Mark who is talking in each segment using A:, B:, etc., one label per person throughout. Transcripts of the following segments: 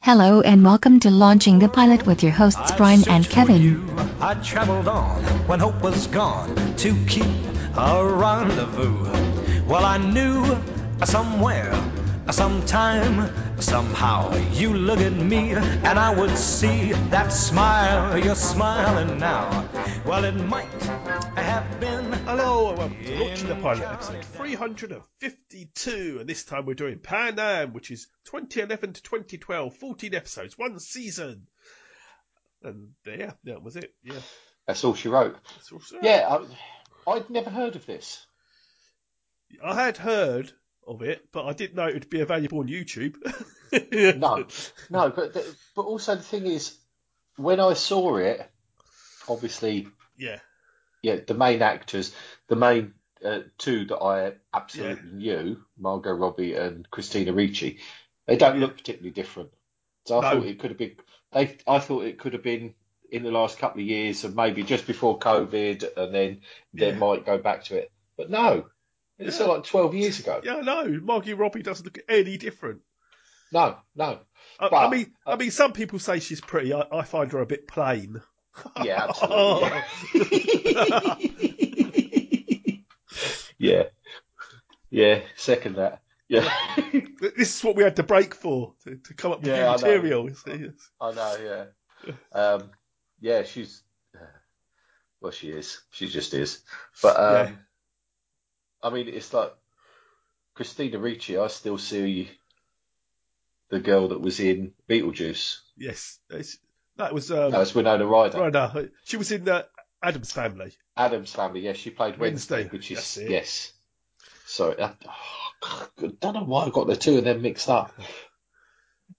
A: Hello and welcome to Launching the Pilot with your hosts
B: I
A: Brian and
B: searched for
A: Kevin.
B: you. I traveled on when hope was gone to keep a rendezvous. Well, I knew somewhere, sometime, somehow you look at me and I would see that smile you're smiling now. Well, it might have been.
C: Hello and welcome to Launching the Pilot,
D: uh,
C: episode 352, and this time we're doing Pan Am, which is 2011 to 2012, 14 episodes, one season. And yeah, that was it. Yeah,
D: That's all she wrote.
C: that's all.
D: Yeah, I, I'd never heard of this.
C: I had heard of it, but I didn't know it would be available on YouTube.
D: No, no, but the, but also the thing is, when I saw it, obviously,
C: Yeah,
D: yeah, the main actors, the main uh, two that I absolutely knew, Margot Robbie and Christina Ricci, they don't look particularly different. So I
C: No.
D: thought it could have been. They, I thought it could have been in the last couple of years, and maybe just before COVID, and then they
C: Yeah.
D: might go back to it. But no, it's
C: Yeah.
D: like twelve years ago.
C: yeah, I know. Margie Robbie doesn't look any different.
D: No, no.
C: I, I
D: But-
C: mean, I mean, some people say she's pretty. I, I find her a bit plain.
D: Yeah, absolutely. Yeah. yeah. Yeah, second that. Yeah.
C: This is what we had to break for to, to come up with
D: Yeah, I
C: new
D: know.
C: material. you see.
D: I know, yeah. Um, yeah, she's well she is. She just is. But um
C: Yeah.
D: I mean it's like Christina Ricci, I still see the girl that was in Beetlejuice.
C: Yes, it's, that was um,
D: No, it's Winona Ryder.
C: right now. She was in the Adams Family.
D: Adam's family, yes, she played Wednesday,
C: Wednesday,
D: which is
C: that's it.
D: yes. Sorry, I, I don't know why I got the two of them mixed up.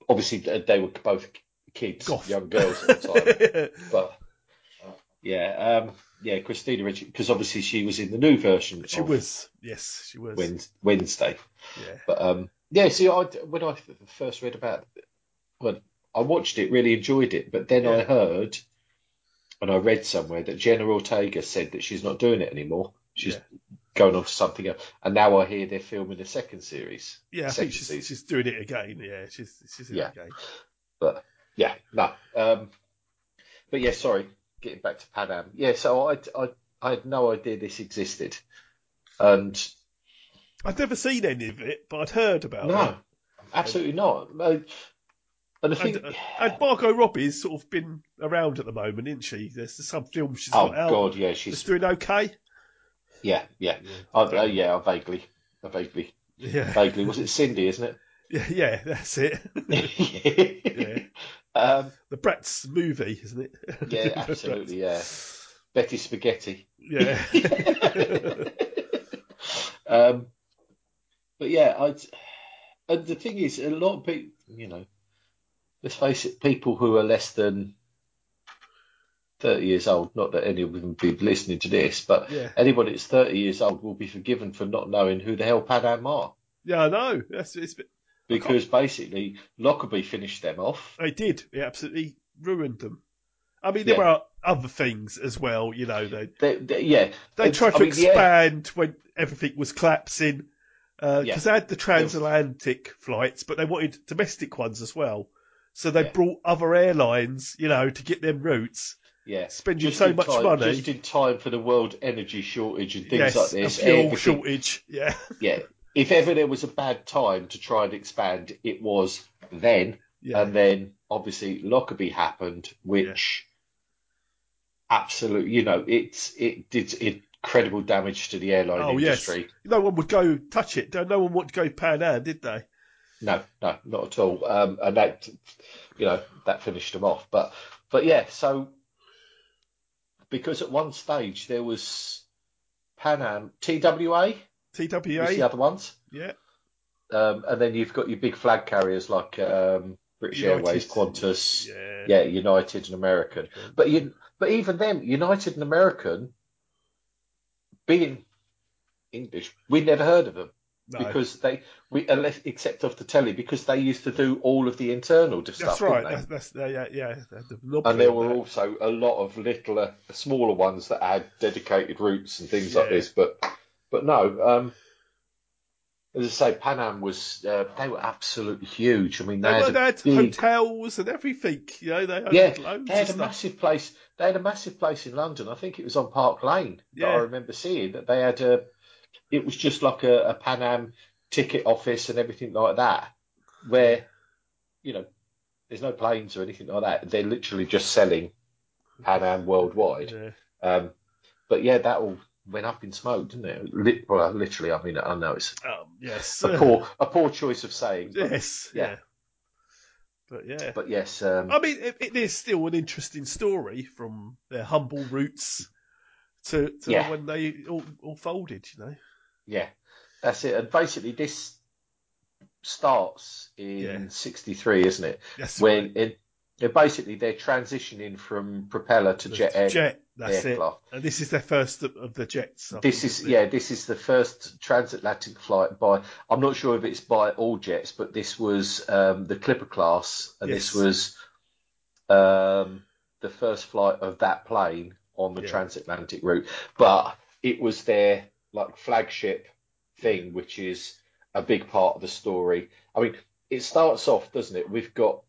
D: Obviously, they they were both kids,
C: Goth.
D: young girls at the time. but uh, yeah, um, yeah, Christina Ricci, because obviously she was in the new version.
C: she
D: of
C: was. Yes, she was.
D: Wed- Wednesday.
C: Yeah,
D: But um, yeah, see, I, when I f- first read about, well, I watched it, really enjoyed it, but then I
C: Yeah.
D: heard, and I read somewhere that Jenna Ortega said that she's not doing it anymore. She's
C: Yeah.
D: going off something else, and now I hear they're filming a second series.
C: yeah. I
D: second
C: think she's,
D: season.
C: she's doing it again. Yeah, she's she's in
D: Yeah.
C: it again.
D: But yeah, no. Um, but yeah, sorry. Getting back to Pan Am. Yeah, so I, I, I had no idea this existed, and
C: I'd never seen any of it, but I'd heard about
D: no,
C: it.
D: absolutely not. No. And the
C: And,
D: thing,
C: uh, and Margot Robbie's sort of been around at the moment, isn't she? There's some film she's
D: oh
C: got out.
D: god, yeah,
C: It's
D: she's
C: doing okay.
D: Yeah, yeah. I, uh, yeah, I vaguely, I vaguely,
C: Yeah,
D: vaguely. Was it Cindy, isn't
C: yeah, yeah. That's it.
D: it?
C: yeah.
D: um,
C: The Bratz movie, isn't it?
D: yeah, absolutely. Yeah, Betty Spaghetti.
C: Yeah.
D: um, but yeah, I. And the thing is, a lot of people, you know, let's face it, people who are less than thirty years old. Not that any of them be listening to this, but
C: Yeah.
D: anybody that's thirty years old will be forgiven for not knowing who the hell Padam are.
C: Yeah, I know. That's it's,
D: because basically Lockerbie finished them off.
C: they did. It absolutely ruined them. I mean, there
D: Yeah.
C: are other things as well. You know, they
D: They, they, yeah,
C: they tried to
D: I mean, yeah,
C: expand when everything was collapsing because
D: Yeah.
C: they had the transatlantic flights, but they wanted domestic ones as well. So they
D: Yeah.
C: brought other airlines, you know, to get them routes.
D: yeah.
C: spending
D: Just
C: so
D: in
C: much
D: time,
C: money.
D: just in time for the world energy shortage and things
C: yes,
D: like this.
C: a fuel
D: everything-
C: shortage. Yeah,
D: Yeah, if ever there was a bad time to try and expand, it was then.
C: yeah,
D: And then obviously Lockerbie happened, which absolutely, you know, it's it did incredible damage to the airline
C: Oh, yes.
D: industry.
C: no one would go touch it. No one wanted to go Pan Am, did they?
D: No, no, not at all. Um, and that, you know, that finished them off. But, but yeah, so because at one stage there was Pan Am, TWA
C: TWA,
D: was the other ones,
C: yeah,
D: um, and then you've got your big flag carriers like um, British
C: United.
D: Airways, Qantas,
C: yeah,
D: yeah, United and American. But you, but even them, United and American, being English, we never heard of them
C: no.
D: because they we unless except off the telly because they used to do all of the internal
C: That's
D: stuff,
C: right.
D: didn't
C: That's, that's yeah, yeah, yeah. The
D: they? And
C: monopoly
D: there were
C: on
D: also a lot of littler, smaller ones that had dedicated routes and things like
C: Yeah.
D: this, but but no, um, As I say, Pan Am was uh, they were absolutely huge. I mean, they,
C: They,
D: had
C: were-
D: a
C: they had
D: big,
C: hotels and everything. You know, they owned
D: yeah,
C: loads
D: they had
C: of
D: a
C: stuff.
D: massive place. They had a massive place in London. I think it was on Park Lane that I
C: Yeah.
D: remember seeing that they had a. It was just like a, a Pan Am ticket office and everything like that, where you know there's no planes or anything like that. They're literally just selling Pan Am worldwide.
C: yeah.
D: Um, but yeah, that all went up in smoke, didn't it? Lit- well, literally, I mean, I know it's
C: Um, yes.
D: a poor, a poor choice of saying. But,
C: yes. Yeah.
D: yeah.
C: But yeah.
D: but yes, um,
C: I mean, it, it is still an interesting story from their humble roots to, to
D: Yeah.
C: when they all, all folded, you know.
D: yeah, that's it. And basically, this starts
C: Yeah.
D: in '63, isn't it?
C: That's
D: when
C: right.
D: it, it basically they're transitioning from propeller to
C: The
D: jet, air-
C: jet, that's it.
D: aircraft.
C: And this is their first of, of the jets. I
D: This
C: think,
D: is
C: isn't it?
D: yeah, this is the first transatlantic flight by. I'm not sure if it's by all jets, but this was um, the Clipper class, and this was um, the first flight of that plane on the
C: Yeah.
D: transatlantic route. But it was their like flagship thing, which is a big part of the story. I mean, it starts off, doesn't it? We've got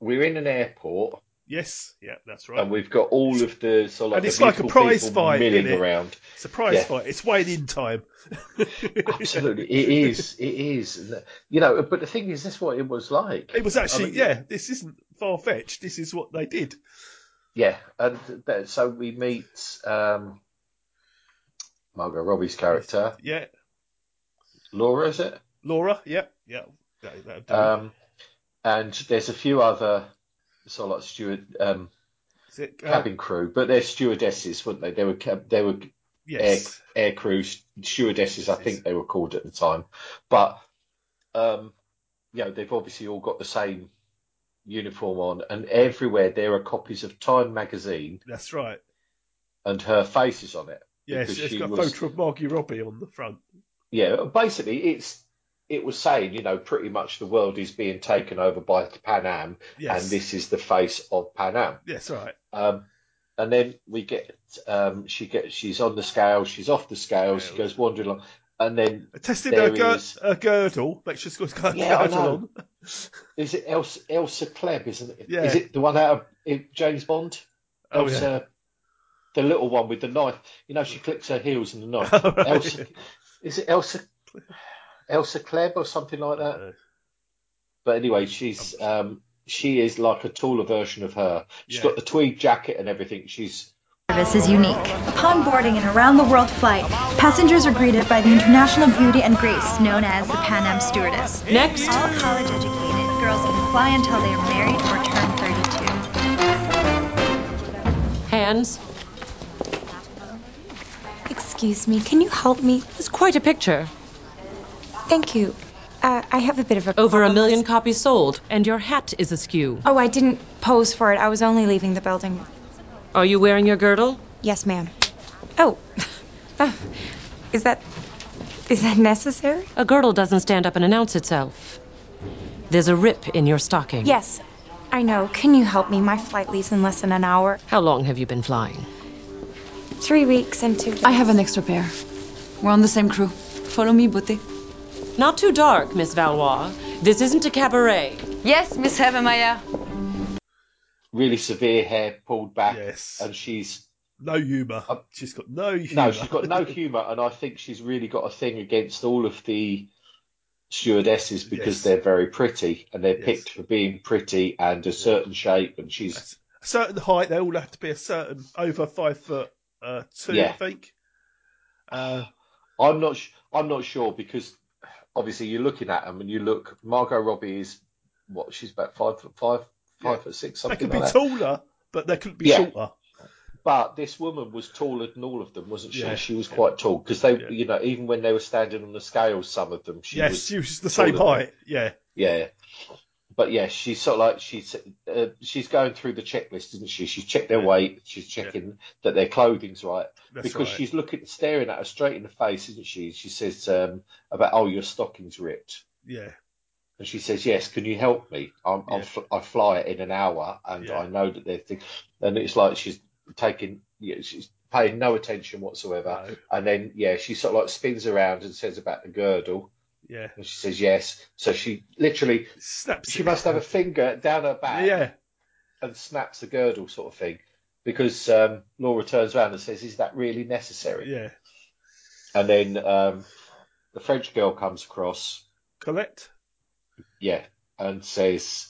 D: we're in an airport,
C: Yes. Yeah, that's right.
D: and we've got all of the sort of
C: And
D: the
C: it's like a
D: beautiful
C: prize
D: people
C: fight,
D: milling
C: innit?
D: around.
C: Surprise
D: yeah.
C: fight. It's weighed in time.
D: Absolutely, it is. It is. And, You know, but the thing is, that's what it was like.
C: It was actually,
D: I mean,
C: yeah, this isn't far fetched. This is what they did.
D: yeah. And th- so we meet um, Margot Robbie's character,
C: Yeah.
D: Laura, is it?
C: Laura, yep, yeah. That, that'll do.
D: Um, and there's a few other sort of like steward um,
C: Is it, uh,
D: cabin crew, but they're stewardesses, weren't they? They were cab- they were
C: yes.
D: air crew stewardesses, I think they were called at the time. But um, you know, they've obviously all got the same uniform on, and everywhere there are copies of Time magazine
C: That's right.
D: and her face is on it.
C: Yes,
D: because
C: it's
D: she
C: got a
D: was-
C: photo of Margie Robbie on the front.
D: Yeah, basically, it's it was saying, you know, pretty much the world is being taken over by Pan Am,
C: Yes.
D: and this is the face of Pan Am.
C: Yes, right.
D: Um, and then we get um, she gets she's on the scale, she's off the scale, she goes wandering along, and then
C: Testing
D: There
C: her, gir-
D: is-
C: her girdle. Make sure she's got her
D: Yeah, I
C: girdle
D: know.
C: on.
D: Is it Elsa, Elsa Klebb? Isn't it?
C: Yeah.
D: Is it the one out of it- James Bond?
C: Oh, yeah.
D: Elsa, the little one with the knife. You know, she clicks her heels in the knife. Elsa, is it Elsa? Elsa Klebb or something like that.
C: Uh,
D: But anyway, she's um, she is like a taller version of her. She's
C: Yeah.
D: got the tweed jacket and everything. She's
E: service is unique. Upon boarding an around-the-world flight, passengers are greeted by the international beauty and grace known as the Pan Am Stewardess. Next. All college-educated girls can fly until they are married or turn 32.
F: Hands.
G: Excuse me, can you help me?
F: It's quite a picture.
G: Thank you. Uh, I have a bit of a.
F: Over a million copies sold, and your hat is askew.
G: Oh, I didn't pose for it. I was only leaving the building.
F: Are you wearing your girdle?
G: Yes, ma'am. Oh. Oh, is that. Is that necessary?
F: A girdle doesn't stand up and announce itself. There's a rip in your stocking.
G: Yes. I know. Can you help me? My flight leaves in less than an hour.
F: How long have you been flying?
G: Three weeks and two.
H: I have an extra pair. We're on the same crew. Follow me, Booty.
F: Not too dark, Miss Valois. This isn't a cabaret.
H: Yes, Miss Hevermeyer.
D: really severe hair pulled back,
C: Yes.
D: and she's
C: no humour.
D: Uh,
C: she's got no humour.
D: No, she's got no humour, and I think she's really got a thing against all of the stewardesses because
C: Yes.
D: they're very pretty and they're
C: Yes.
D: picked for being pretty and a certain shape. And she's
C: a certain height. They all have to be a certain over five foot uh, two, I
D: Yeah.
C: think. Uh,
D: I'm not sh- I'm not sure because obviously you're looking at them and you look. Margot Robbie is what she's about five foot five, five foot six,
C: they
D: something
C: could be
D: like that.
C: taller, but they couldn't be
D: Yeah.
C: shorter.
D: But this woman was taller than all of them, wasn't she?
C: Yeah.
D: She was quite tall because they,
C: Yeah.
D: you know, even when they were standing on the scales, some of them, she
C: yes,
D: was
C: she was the same
D: taller.
C: height. Yeah.
D: Yeah. But yeah, she's sort of like she's uh, she's going through the checklist, isn't she? She's checked their weight, she's checking that their clothing's right
C: That's
D: because
C: right.
D: she's looking, staring at her straight in the face, isn't she? She says um, about oh, your stocking's ripped,
C: Yeah.
D: and she says yes, can you help me? I'm, I'm
C: Yeah.
D: fl- I fly in an hour, and
C: Yeah.
D: I know that they're thing, and it's like she's taking, yeah, she's paying no attention whatsoever.
C: No.
D: And then, yeah, she sort of like spins around and says about the girdle.
C: Yeah.
D: And she says yes. So she literally,
C: Snaps.
D: she
C: it.
D: must have a finger down her back
C: Yeah.
D: and snaps the girdle sort of thing. Because um, Laura turns around and says, Is that really necessary?
C: Yeah.
D: And then um, the French girl comes across,
C: Colette.
D: yeah, and says,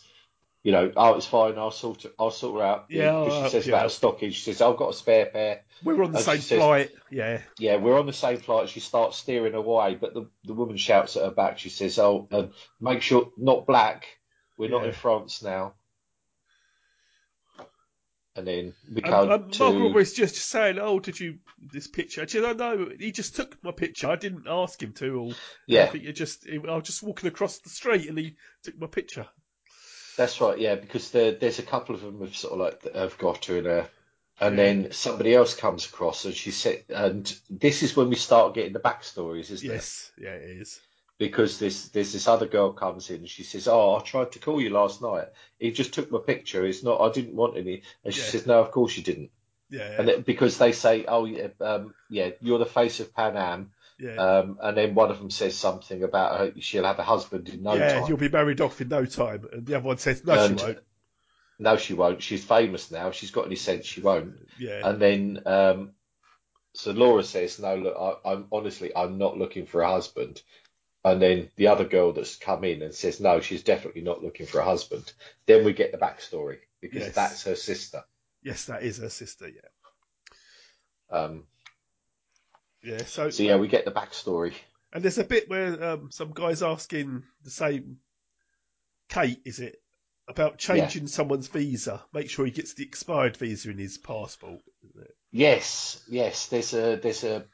D: You know, oh, it's fine. I'll sort it, I'll sort her out.
C: Yeah, I'll
D: Because
C: help
D: she says
C: you
D: about
C: out.
D: a stocking. She says, I've got a spare pair.
C: We were on the
D: As
C: same
D: she says-
C: flight. Yeah.
D: yeah, we're on the same flight. She starts steering away, but the, the woman shouts at her back. She says, "Oh, um, make sure not black. We're not
C: Yeah.
D: in France now." And then we
C: And,
D: come
C: and
D: to
C: Margaret was just saying, "Oh, did you this picture?" She said, "Oh, no, he just took my picture. I didn't ask him to." Or I
D: yeah,
C: think you just I was just walking across the street and he took my picture.
D: that's right. Yeah, because there, there's a couple of them have sort of like have got her in a, and then somebody else comes across, and she said, and this is when we start getting the backstories, isn't it?
C: Yes, yeah, it is.
D: because this there's this other girl comes in and she says, "Oh, I tried to call you last night. He just took my picture. It's not. I didn't want any." And she
C: Yeah.
D: says, "No, of course you didn't."
C: Yeah,
D: And it, because they say, "Oh, yeah, um, yeah, you're the face of Pan Am,"
C: yeah,
D: um, and then one of them says something about her, she'll have a husband in no
C: yeah.
D: time.
C: You'll be married off in no time, and the other one says, "No,
D: And-
C: she won't."
D: No, she won't. She's famous now. She's got any sense. She won't.
C: Yeah,
D: And then, um, so Laura says, "No, look, I, I'm honestly, I'm not looking for a husband." And then the other girl that's come in and says, "No, she's definitely not looking for a husband." Then we get the backstory because
C: Yes.
D: that's her sister.
C: yes, that is her sister. Yeah,
D: Um,
C: yeah. So,
D: so yeah, we get the backstory.
C: and there's a bit where um, some guys asking the same Kate, is it, about changing someone's visa? Make sure he gets the expired visa in his passport.
D: Yes, yes. There's a there's a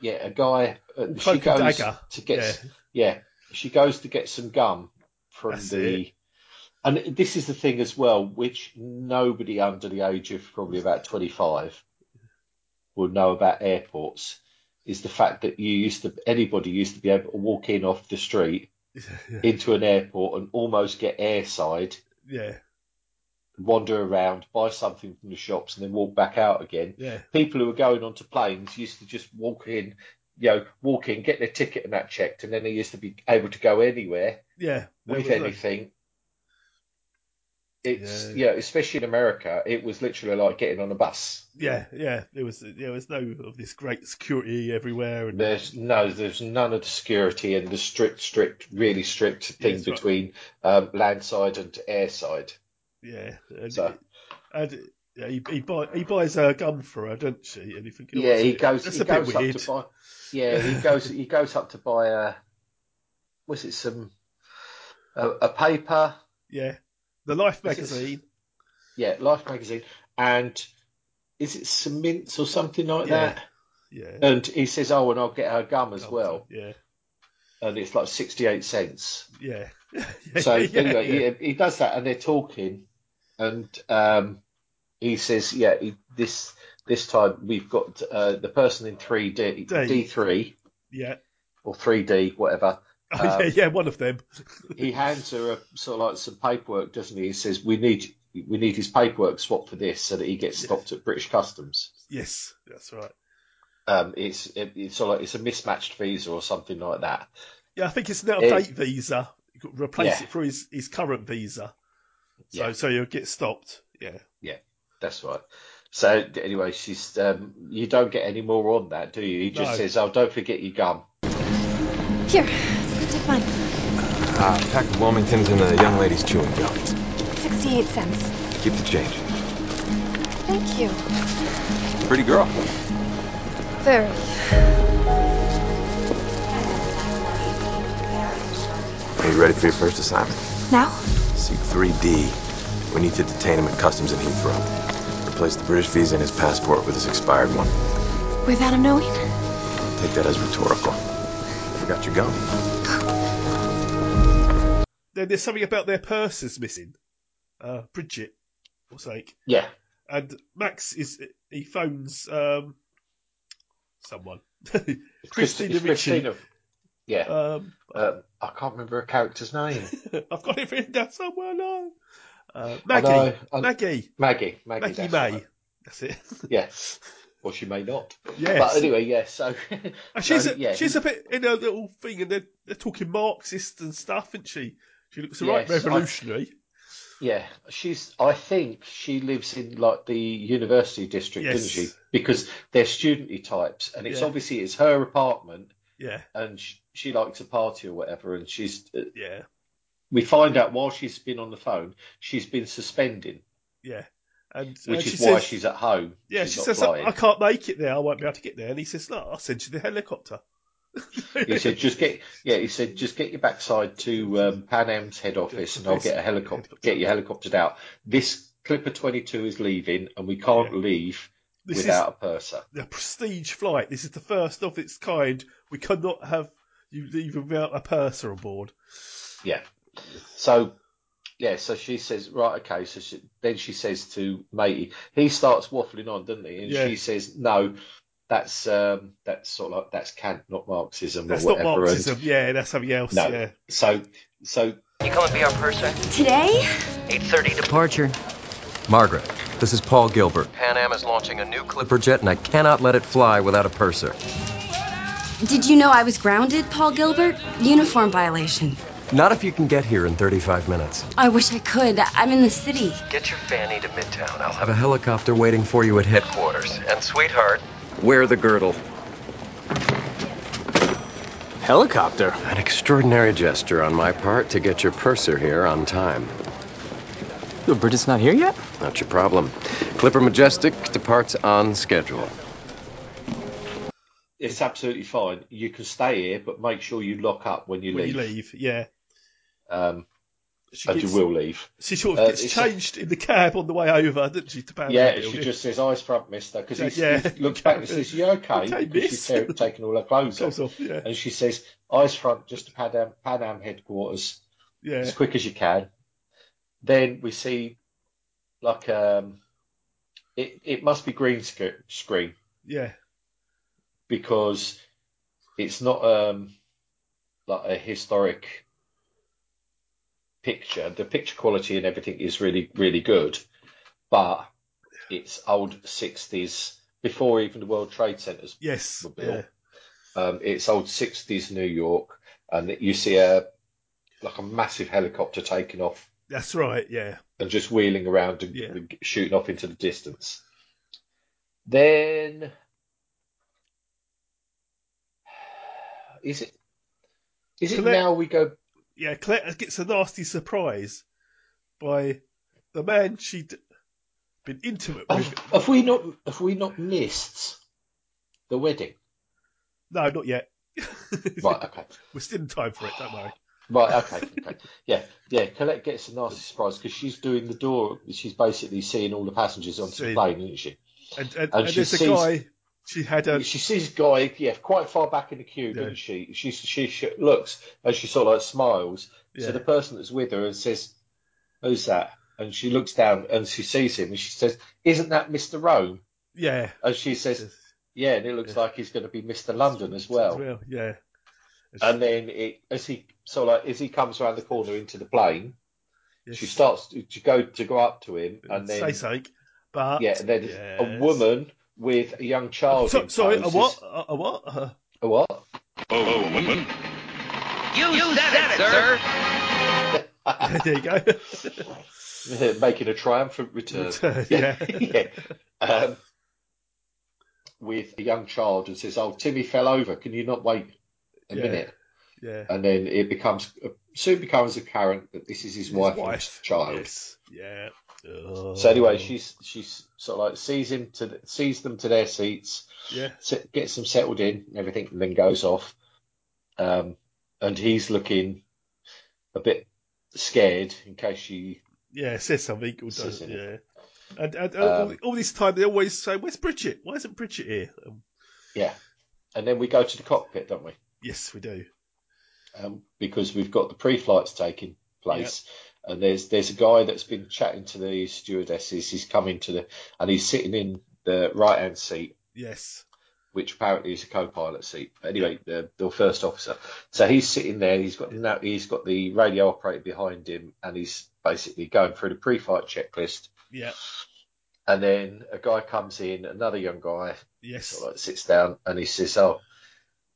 D: yeah a guy. Uh,
C: All
D: she
C: cloak and
D: goes
C: dagger.
D: to get s- yeah. she goes to get some gum from
C: That's
D: the. And this is the thing as well, which nobody under the age of probably about twenty five would know about airports is the fact that you used to anybody used to be able to walk in off the street
C: yeah,
D: into an airport and almost get airside,
C: yeah,
D: wander around, buy something from the shops, and then walk back out again
C: yeah.
D: people who were going onto planes used to just walk in, you know, walk in, get their ticket and that checked, and then they used to be able to go anywhere
C: yeah. There
D: with
C: was no-
D: anything. It's
C: Yeah.
D: yeah. especially in America, it was literally like getting on a bus.
C: Yeah, yeah. There was there was no of this great security everywhere, and
D: There's no, there's none of the security and the strict, strict, really strict thing
C: Yes, right.
D: between um, landside and airside.
C: yeah, and,
D: So-
C: and yeah, he, he, buy, he buys her gum for her, doesn't she? And you think, oh,
D: Yeah, he
C: that's-
D: goes.
C: That's
D: He
C: a
D: goes
C: bit
D: up
C: weird.
D: to buy. Yeah, he goes. He goes up to buy a. Was it some? A, a paper.
C: Yeah, the Life
D: This is-
C: magazine.
D: Yeah, Life magazine, and is it some mints or something like
C: Yeah.
D: that?
C: Yeah,
D: And he says, "Oh, and I'll get her gum as
C: gum,
D: well,"
C: Yeah,
D: and it's like sixty-eight cents.
C: yeah.
D: So
C: Yeah,
D: anyway,
C: yeah.
D: He, he does that, and they're talking, and um, he says, "Yeah, he, this this time we've got uh, the person in three D
C: D.
D: D three
C: yeah.
D: or three D whatever."
C: Oh, yeah,
D: Um,
C: yeah, one of them.
D: he hands her a, sort of like some paperwork, doesn't he? He says, "We need we need his paperwork swapped for this, so that he gets stopped at British Customs."
C: Yes, that's right.
D: Um, it's it, it's sort of like, it's a mismatched visa or something like that.
C: Yeah, I think it's an out
D: It-
C: of date visa. You could replace
D: Yeah.
C: it for his, his current visa. So
D: Yeah.
C: so you'll get stopped. Yeah.
D: That's right. So anyway, she's um, you don't get any more on that, do you? He just
C: No.
D: says, "Oh, don't forget your gum."
G: Here, take mine.
I: Ah, pack of Wilmingtons and a young lady's chewing gum.
E: 68 cents.
I: Keep the change.
E: Thank you.
I: Pretty girl.
E: Very.
I: Are you ready for your first assignment?
E: Now?
I: Seek 3D. We need to detain him at customs in Heathrow. Replace the British visa in his passport with his expired one.
E: Without him knowing?
I: Take that as rhetorical. Forgot your gum.
C: Then there's something about their purses missing. Uh, Bridget, or something.
D: Yeah,
C: and Max is he phones um someone Christina
D: It's
C: Ricci.
D: Christina- Yeah,
C: Um,
D: um, I can't remember her character's name.
C: I've got it written down somewhere. No, uh,
D: I
C: Maggie,
D: know, I-
C: Maggie,
D: uh, Maggie, Maggie,
C: Maggie
D: that's
C: May.
D: right.
C: That's it.
D: Yeah. or she may not.
C: Yes.
D: But anyway, yeah. So
C: And she's
D: so,
C: a, she's a bit in her little thing, and they're, they're talking Marxist and stuff, isn't she? She looks a right
D: Yes, I-
C: revolutionary.
D: Yeah, she's. I think she lives in like the university district,
C: Yes.
D: doesn't she? Because they're studenty types, and it's
C: Yeah.
D: obviously it's her apartment,
C: Yeah,
D: and she, she likes a party or whatever. And she's.
C: yeah,
D: We find out while she's been on the phone, she's been suspending,
C: yeah. And uh,
D: which
C: she
D: is why
C: says-
D: she's at home.
C: Yeah,
D: she's
C: she
D: not
C: says, "Oh,
D: flying.
C: I, I can't make it there. I won't be able to get there. And he says, Look, I'll send you the helicopter.
D: He said, "Just get." Yeah, he said, "Just get your backside to um, Pan Am's head office, and I'll get a helicopter. Get your helicoptered out. This Clipper 22 is leaving, and we can't leave
C: This is-
D: without a purser."
C: The prestige flight. This is the first of its kind. We cannot have you leave without a purser aboard.
D: Yeah. So, yeah, so she says, right, okay. So she, then she says to matey, he starts waffling on, doesn't he? And
C: Yeah.
D: she says, no, that's um, that's sort of like, that's Kant, not Marxism
C: That's
D: or
C: not
D: whatever. And
C: Marxism. Yeah, that's something else.
D: No.
C: Yeah.
D: So, so
J: You can't be our purser.
E: Today?
J: 8.30 to
F: Departure.
K: Margaret, this is Paul Gilbert.
J: Pan Am is launching a new clip.
K: Clipper jet, and I cannot let it fly without a purser.
L: Did you know I was grounded, Paul Gilbert? Uniform violation.
K: Not if you can get here in 35 minutes.
L: I wish I could. I'm in the city.
J: Get your fanny to Midtown. I'll
K: I have a helicopter waiting for you at
J: headquarters. And sweetheart,
K: Wear the girdle. Helicopter? An extraordinary gesture on my part to get your purser here on time. The British not here yet? Not your problem. Clipper Majestic departs on schedule.
D: it's absolutely fine. You can stay here, but make sure you lock up when you
C: When
D: leave.
C: you leave. Yeah.
D: Um,
C: She
D: and
C: gets-
D: you will leave.
C: She sort of
D: Uh,
C: gets
D: it's-
C: changed in the cab on the way over, didn't she, to Pan Am
D: Yeah, she
C: Building?
D: just says, eyes front, mister, because he
C: Yeah.
D: he looks back and says, you okay?
C: Okay,
D: because she's
C: miss.
D: ta- taken all her clothes off.
C: yeah.
D: And she says, eyes front, just to Pan Am, Pan Am headquarters.
C: Yeah.
D: as quick as you can. Then we see, like, um, it it must be green sc- screen
C: Yeah.
D: because it's not um like a historic picture. The picture quality and everything is really really good, but it's old sixties before even the World Trade Centers
C: Yes.
D: were
C: Yeah.
D: built. Um, it's old sixties New York, and you see a like a massive helicopter taking off
C: That's right. Yeah.
D: and just wheeling around and and shooting off into the distance. Then is it is it
C: Colette-
D: now we go?
C: Yeah. Colette gets a nasty surprise by the man she'd been intimate with.
D: Have we not have we not missed the wedding?
C: No, not yet.
D: Right, okay,
C: We're still in time for it. Don't worry.
D: right, okay, okay. Yeah, yeah. Colette gets a nasty surprise because she's doing the door. She's basically seeing all the passengers onto the
C: See.
D: plane, isn't she?
C: And and,
D: And
C: and
D: she
C: there's a
D: sees-
C: guy. She had a.
D: She sees Guy, yeah, quite far back in the queue, doesn't she? She she sh looks and she sort of like smiles
C: Yeah.
D: to the person that's with her and says, "Who's that?" And she looks down and she sees him and she says, "Isn't that Mister Rome?"
C: Yeah.
D: And she says, "Yeah," and it looks like he's going to be Mister London as well.
C: Well, yeah.
D: And then it, as he so like as he comes around the corner into the plane, she starts to, to go to go up to him and
C: Say
D: then
C: something. But
D: yeah, and then a
C: Yes.
D: woman with a young child.
C: So,
D: in
C: sorry. A
D: tow
C: what?
D: says-
C: A, a what? Uh,
D: A what?
J: You, said it, sir.
C: there you go.
D: making a triumphant return.
C: Return, yeah.
D: yeah. Um, with a young child and says, "Oh, Timmy fell over. Can you not wait a
C: Yeah.
D: minute?"
C: yeah.
D: And then it becomes uh, soon becomes apparent that this is his, wife, and
C: wife,
D: child.
C: Yeah.
D: So anyway, she's she's sort of like sees him to the, sees them to their seats,
C: Yeah.
D: se- gets them settled in and everything, and then goes off. Um, and he's looking a bit scared in case she
C: Yeah, says something. Or
D: Says
C: does,
D: something.
C: yeah. And, and all,
D: Um,
C: all this time they always say, "Where's Bridget? Why isn't Bridget here?" Um,
D: yeah. And then we go to the cockpit, don't we?
C: yes, we do.
D: um, because we've got the pre-flights taking place, and there's there's a guy that's been chatting to the stewardesses. He's coming to the and he's sitting in the right hand seat,
C: Yes.
D: which apparently is a co-pilot seat. But Anyway, the, the first officer. So he's sitting there. He's got the na- he's got the radio operator behind him, and he's basically going through the pre-flight checklist.
C: Yeah.
D: And then a guy comes in, another young guy,
C: Yes.
D: sort of like sits down, and he says, "Oh,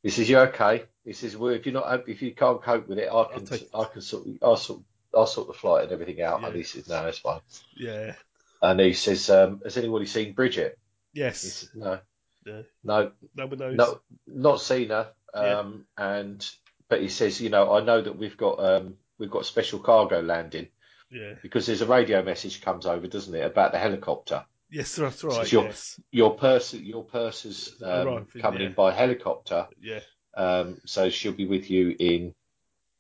D: he says you okay?" He says, "Well, if you're not, if you can't cope with it, I can, I can sort, I'll sort, I'll sort the flight and everything out." And he says, "No, that's fine."
C: Yeah.
D: And he says, um, "Has anybody seen Bridget?" He
C: Yes.
D: said, "No,
C: No.
D: no,
C: No one knows.
D: no, not seen her. Um, And but he says, you know, I know that we've got um, we've got special cargo landing
C: Yeah.
D: because there's a radio message comes over, doesn't it, about the helicopter?
C: Yes, that's
D: So
C: right.
D: your
C: Yes.
D: your person your purse is um,
C: Arriving,
D: coming
C: yeah.
D: in by helicopter.
C: Yeah.
D: Um, so she'll be with you in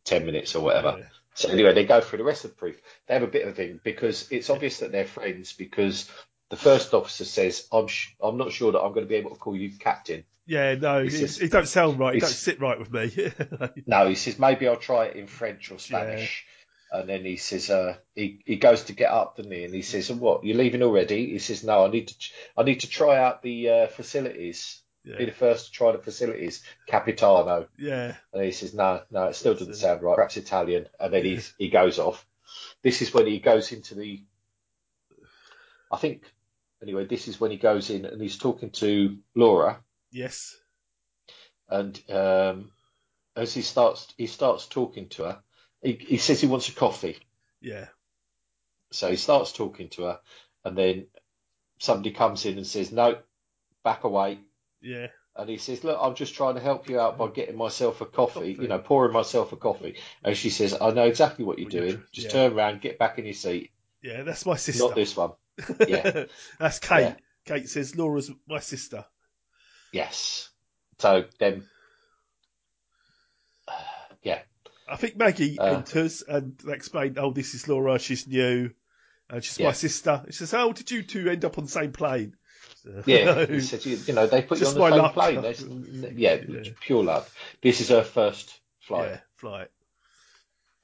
D: ten minutes or whatever. So anyway, they go through the rest of the proof. They have a bit of a thing because it's obvious that they're friends because the first officer says, "I'm sh- I'm not sure that I'm going to be able to call you captain."
C: Yeah, no,
D: It's
C: it's
D: just-
C: it don't sound right. It don't
D: it's-
C: sit right with me.
D: No, he says maybe I'll try it in French or Spanish. And then he says, uh, he he goes to get up, doesn't he? And he says, "And what? You're leaving already?" He says, "No, I need to, ch- I need to try out the uh, facilities. Be the first to try the facilities, Capitano."
C: yeah.
D: And he says, "No, no, it still doesn't sound right. Perhaps Italian." And then he he goes off. This is when he goes into the. I think, anyway, this is when he goes in and he's talking to Laura,
C: Yes.
D: and um, as he starts he starts talking to her. He, he says he wants a coffee,
C: Yeah.
D: so he starts talking to her, and then somebody comes in and says, "No, back away."
C: Yeah.
D: And he says, "Look, I'm just trying to help you out by getting myself a coffee, you know, pouring myself a coffee." And she says, "I know exactly what you're doing. Just
C: yeah.
D: turn around, get back in your seat.
C: Yeah, that's my sister.
D: Not this one." Yeah.
C: that's Kate. Kate says Laura's my sister.
D: yes. So then, yeah,
C: I think Maggie
D: Uh.
C: enters and they explain, oh, this is Laura, she's new, and she's my
D: Yeah.
C: sister. She says, how did you two end up on the same plane? So-
D: Yeah, he said, you, you know, they put you
C: Just my
D: on the same
C: luck.
D: plane. eh? That's, yeah, pure luck. This is her first flight.
C: Yeah, flight.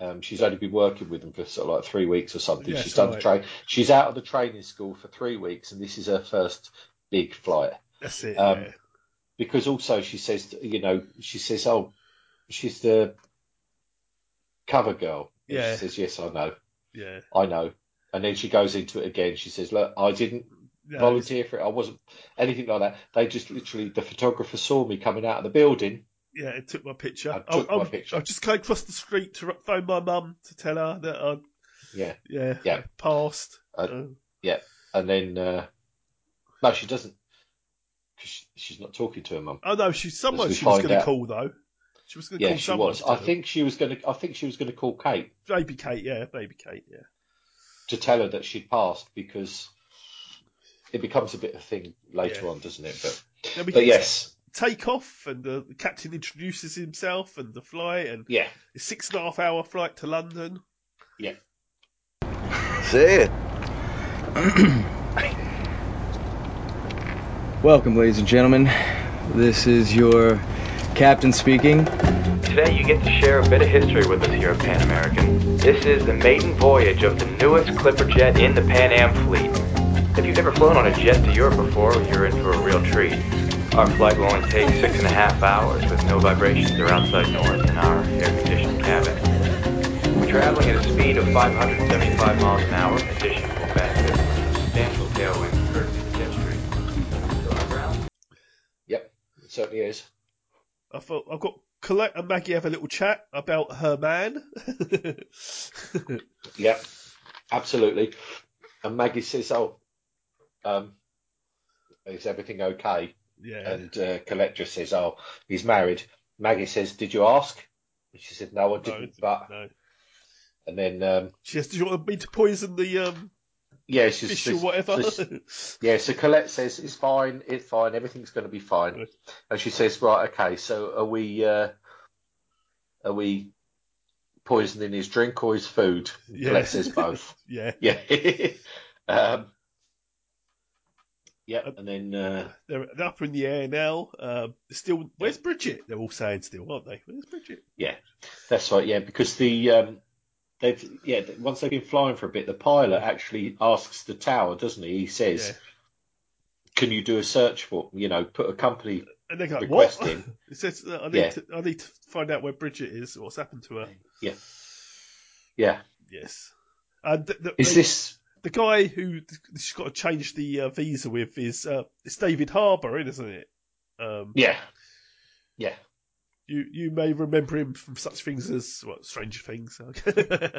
D: Um, she's only been working with them for sort of like three weeks or something.
C: Yes,
D: she's done
C: right.
D: the train. She's out of the training school for three weeks, and this is her first big flight.
C: That's it.
D: Um,
C: yeah.
D: Because also she says, you know, she says, oh, she's the cover girl. And
C: Yeah.
D: She says, yes, I know,
C: Yeah.
D: I know. And then she goes into it again. She says, look, I didn't
C: No,
D: volunteer for it. I wasn't anything like that. They just literally, the photographer saw me coming out of the building.
C: Yeah, it took my picture. I,
D: took
C: I,
D: my picture.
C: I just came across the street to phone my mum to tell her that I
D: Yeah.
C: yeah,
D: Yeah.
C: passed.
D: Uh,
C: Um,
D: Yeah. And then, uh, no, she doesn't. 'cause she- she's not talking to her mum.
C: oh no, she's someone
D: As we
C: she was
D: find
C: going to
D: out.
C: call though. She was going to
D: Yeah,
C: call
D: she
C: someone.
D: was.
C: to
D: I
C: tell
D: think she was going to. I think she was going to call Kate
C: her. baby Kate, yeah, baby Kate, yeah,
D: to tell her that she'd passed because it becomes a bit of a thing later
C: Yeah.
D: on, doesn't it? But
C: Then we
D: but
C: can
D: yes,
C: take off, and the, the captain introduces himself and the flight, and
D: yeah,
C: a six and a half hour flight to London.
D: yeah.
M: Say it. Welcome, ladies and gentlemen. This is your captain speaking.
N: Today, you get to share a bit of history with us here at Pan American. This is the maiden voyage of the newest Clipper jet in the Pan Am fleet. If you've never flown on a jet to Europe before, you're in for a real treat. Our flight will only take six and a half hours with no vibrations or outside noise in our air-conditioned cabin. We're traveling at a speed of 575 miles an hour. In addition, we'll benefit from substantial tailwind courtesy of jet stream. So our ground
D: Yep, it certainly is.
C: I thought I've got Colette and Maggie have a little chat about her man.
D: Yep, absolutely. And Maggie says, "Oh, um, is everything okay?"
C: Yeah.
D: And uh, Colette just says, "Oh, he's married." Maggie says, "Did you ask?" And she said, "No, I didn't." but and then um,
C: she says, "Do you want me to poison the um,
D: yeah, she's,
C: fish or whatever?"
D: she's- yeah, so Colette says, "It's fine. It's fine. Everything's going to be fine." And she says, "Right, okay. So are we? Uh, are we?" Poisoning his drink or his food.
C: Yeah.
D: Colette says both.
C: yeah.
D: Yeah. um, yeah, and then uh,
C: They're, they're up in the air now. Um, still, where's Bridget? They're all saying still, aren't they? Where's Bridget?
D: yeah, that's right. Yeah, because the um, they've yeah th- once they've been flying for a bit, the pilot actually asks the tower, doesn't he? He says, "Can you do a search for you know put a company
C: And they're like,
D: request
C: what?
D: in?"
C: it says, uh, I, need
D: Yeah.
C: to, I need to find out where Bridget is, what's happened to her.
D: Yeah, yeah.
C: Yes. And th- th-
D: Is
C: they-
D: this
C: Uh, the guy who she's got to change the uh, visa with is uh, it's David Harbour, isn't it? Um,
D: yeah, yeah.
C: You you may remember him from such things as well, Stranger Things.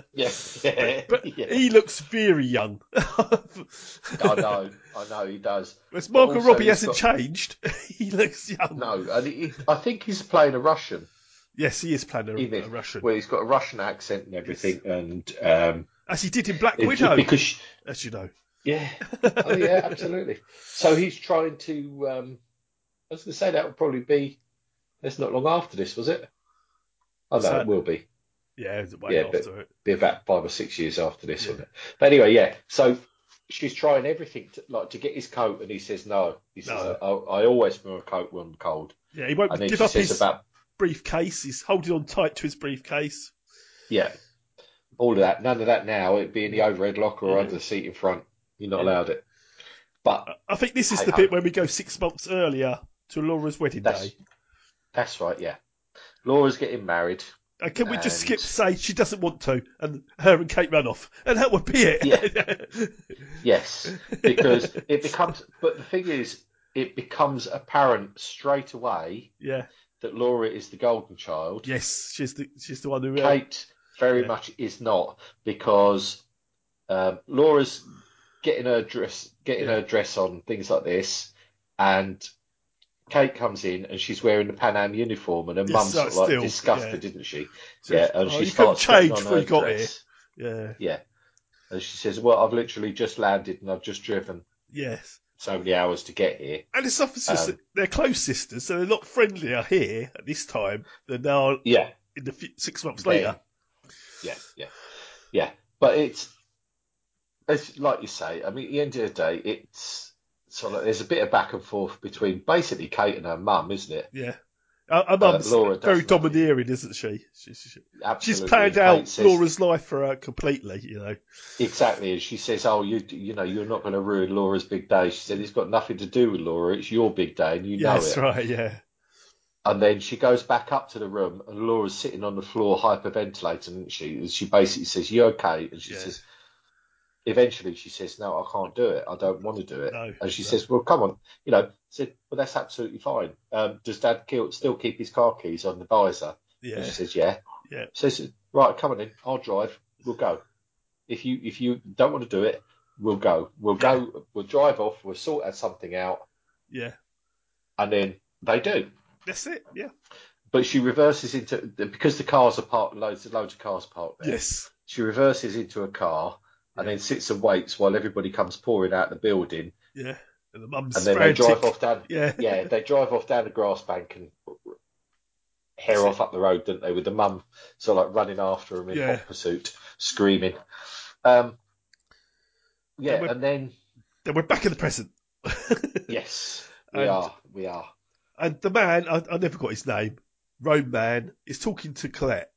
D: Yes.
C: but but he looks very young.
D: I know, I know he does.
C: Whereas
D: But
C: Margot
D: also
C: Robbie
D: he's
C: hasn't
D: got-
C: changed. he looks young.
D: No, and he, I think he's playing a Russian.
C: Yes, he is playing a,
D: Even,
C: a Russian,
D: Well, he's got a Russian accent and everything, and um,
C: as he did in Black
D: It-
C: Widow.
D: because she-
C: as you know,
D: yeah, oh yeah, absolutely. So he's trying to. Um, I was going to say that would probably be. That's not long after this, was it? Oh
C: Was
D: no,
C: that-
D: it will be.
C: yeah, it's way
D: yeah,
C: after
D: but
C: it.
D: be about five or six years after this, wouldn't it? But anyway, yeah. So she's trying everything to, like to get his coat, and he says no. He says,
C: No.
D: I, "I always wear a coat when I'm cold."
C: Yeah, he won't
D: And then
C: give
D: she
C: up
D: says
C: his
D: about
C: briefcase. He's holding on tight to his briefcase.
D: yeah, all of that, none of that now. It'd be in the overhead locker or under the seat in front. You're not allowed it. But
C: I think this is
D: Hey,
C: the
D: ho.
C: bit when we go six months earlier to Laura's wedding
D: That's-
C: day.
D: that's right, yeah. Laura's getting married.
C: And can we just skip
D: and-
C: say she doesn't want to, and her and Kate run off, and that would be it.
D: Yes, because it becomes. But the thing is, it becomes apparent straight away
C: yeah.
D: that Laura is the golden child.
C: Yes, she's the she's the one who. Uh,
D: Kate very much is not because um, Laura's getting her dress, getting her dress on, things like this, and Kate comes in and she's wearing the Pan Am uniform, and her
C: Yes,
D: mum's
C: so
D: sort of like
C: still,
D: disgusted,
C: yeah.
D: didn't she?
C: So
D: yeah,
C: she- oh,
D: and she
C: you couldn't
D: starts putting
C: change
D: on
C: before
D: her
C: you got
D: dress.
C: yeah.
D: Yeah, and she says, "Well, I've literally just landed and I've just driven
C: Yes.
D: so many hours to get here."
C: And it's obviously
D: Um,
C: they're close sisters, so they're a lot friendlier here at this time than they are
D: Yeah,
C: in the f- six months
D: Yeah.
C: later.
D: yeah, yeah, yeah. But it's it's like you say. I mean, at the end of the day, it's sort of there's a bit of back and forth between basically Kate and her mum, isn't it?
C: Yeah. Her, her mum's
D: Uh, Laura
C: very
D: definitely-
C: domineering, isn't she? She- she- she- she's
D: Absolutely.
C: planned
D: Kate
C: out
D: says-
C: Laura's life for her completely, you know.
D: Exactly. And she says, "Oh, you you know, you're not going to ruin Laura's big day." She said, "It's got nothing to do with Laura. It's your big day, and you
C: yeah,
D: know
C: that's
D: it."
C: right, yeah.
D: And then she goes back up to the room, and Laura's sitting on the floor hyperventilating, isn't she? And she basically says, You okay? And she says, Eventually, she says, No, I can't do it. I don't want to do it.
C: No,
D: and she
C: no.
D: says, Well, come on. You know, I said, Well, that's absolutely fine. Um, does dad kill, still keep his car keys on the visor? And
C: Yeah.
D: she says, Yeah.
C: Yeah.
D: So she says, Right, come on in. I'll drive. We'll go. If you if you don't want to do it, we'll go. We'll go. We'll drive off. We'll sort out something out.
C: Yeah.
D: And then they do
C: That's it, yeah.
D: but she reverses into because the cars are parked loads loads of cars parked there.
C: Yes.
D: She reverses into a car and then sits and waits while everybody comes pouring out the building
C: Yeah. And the mum's
D: and then
C: frantic.
D: they drive off down
C: Yeah.
D: they drive off down the grass bank and hair off up the road, don't they, with the mum sort of like running after them in
C: Yeah.
D: hot pursuit, screaming. Um yeah,
C: And we're-
D: and then
C: Then we're back in the present.
D: yes, we
C: And-
D: are, we are.
C: And the man, I, I never got his name, Rome Man, is talking to Colette.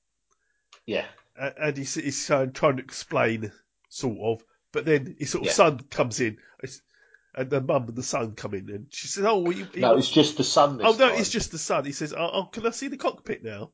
D: Yeah,
C: a- and he's, he's uh, trying to explain, sort of. But then his sort of
D: Yeah.
C: son comes in, it's- and the mum and the son come in, and she says, "Oh, well, you, he
D: no,
C: wants-
D: it's just the sun. This
C: oh no,
D: time.
C: it's just the son." He says, "Oh, oh, can I see the cockpit now?"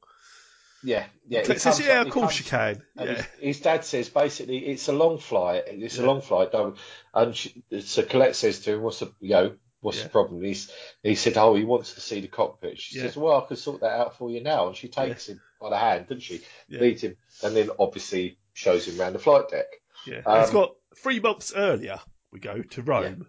D: Yeah, yeah.
C: Clint
D: it
C: says,
D: comes
C: "Yeah,
D: up-
C: of
D: it
C: course
D: comes-
C: you can."
D: and
C: Yeah.
D: His, his dad says basically it's a long flight. It's a long flight, don't- and she, so Colette says to him, "What's the you know what's
C: Yeah.
D: the problem?" And he's, he said, "Oh, he wants to see the cockpit." She
C: Yeah.
D: says, "Well, I can sort that out for you now." And she takes him by the hand, doesn't she?
C: Yeah.
D: Leads him, and then obviously shows him around the flight deck.
C: Yeah,
D: Um,
C: it's got three months earlier. We go to Rome.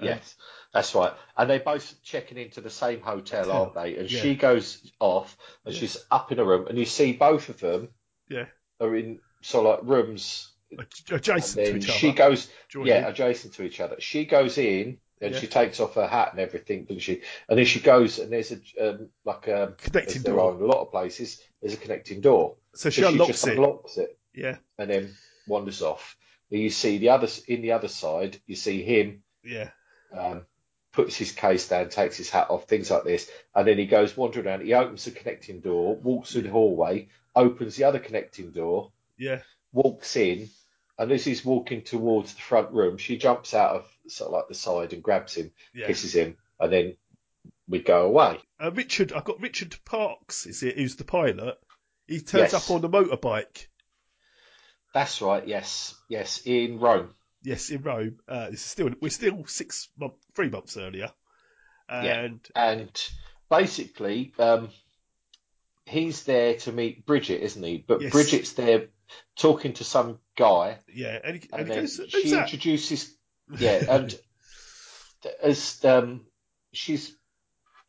C: Um,
D: Yes, that's right. And they're both checking into the same hotel, aren't they? And
C: yeah.
D: she goes off, and she's up in a room, and you see both of them
C: Yeah,
D: are in sort of like rooms
C: ad- adjacent to
D: then
C: each other.
D: she goes
C: Joined
D: yeah
C: in.
D: adjacent to each other she goes in and
C: Yeah.
D: she takes off her hat and everything doesn't she and then she goes and there's a um, like a
C: Connecting
D: as there
C: door.
D: are in a lot of places there's a connecting door
C: So she unlocks
D: just
C: it.
D: unlocks it
C: yeah,
D: and then wanders off And you see the other in the other side you see him
C: yeah,
D: um, puts his case down takes his hat off things like this and then he goes wandering around he opens the connecting door walks through the hallway opens the other connecting door
C: yeah,
D: walks in, and as he's walking towards the front room, she jumps out of sort of like the side and grabs him,
C: yeah.
D: kisses him, and then we go away.
C: Uh, Richard, I've got Richard Parks. Is it? Who's the pilot? He turns
D: Yes.
C: up on a motorbike.
D: That's right. Yes, yes, in Rome.
C: yes, in Rome. Uh, this is still we're still six month, three months earlier. And
D: yeah. and basically, um, he's there to meet Bridget, isn't he? But
C: Yes.
D: Bridget's there talking to some guy,
C: yeah, and he, and
D: and
C: he
D: then
C: goes, "Who's
D: she
C: that?"
D: introduces. Yeah, and as um, she's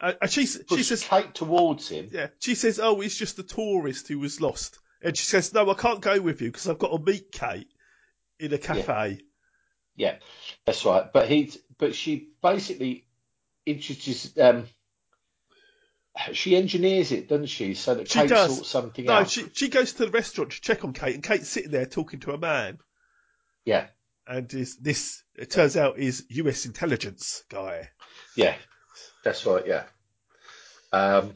C: Uh, and she she says
D: Kate towards him.
C: Yeah, she says, "Oh, it's just a tourist who was lost," and she says, "No, I can't go with you because I've got to meet Kate in a cafe."
D: Yeah, that's right. But he's but she basically introduces um she engineers it, doesn't she? So that
C: She
D: Kate
C: does
D: sorts something
C: no,
D: out.
C: she she goes to the restaurant to check on Kate, and Kate's sitting there talking to a man,
D: Yeah,
C: and is this it turns out is U.S. intelligence guy.
D: yeah, that's right. Yeah. Um,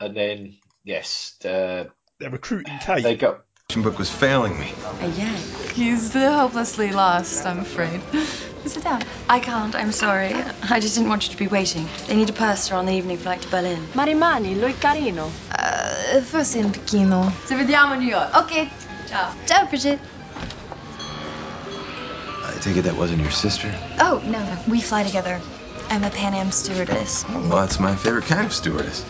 D: and then yes, uh,
C: they're recruiting Kate.
D: They go.
I: book was failing me.
H: Yeah. He's uh, hopelessly lost, I'm afraid.
L: Sit down. I can't. I'm sorry. I just didn't want you to be waiting. They need a purser on the evening flight to Berlin.
O: Marimani, lui carino.
L: Uh, forse un pochino.
O: Ci vediamo a New York.
L: Okay. Ciao. Ciao, Bridget.
I: I take it that wasn't your sister?
L: Oh, no, no. We fly together. I'm a Pan Am stewardess.
I: Well, that's my favorite kind of stewardess.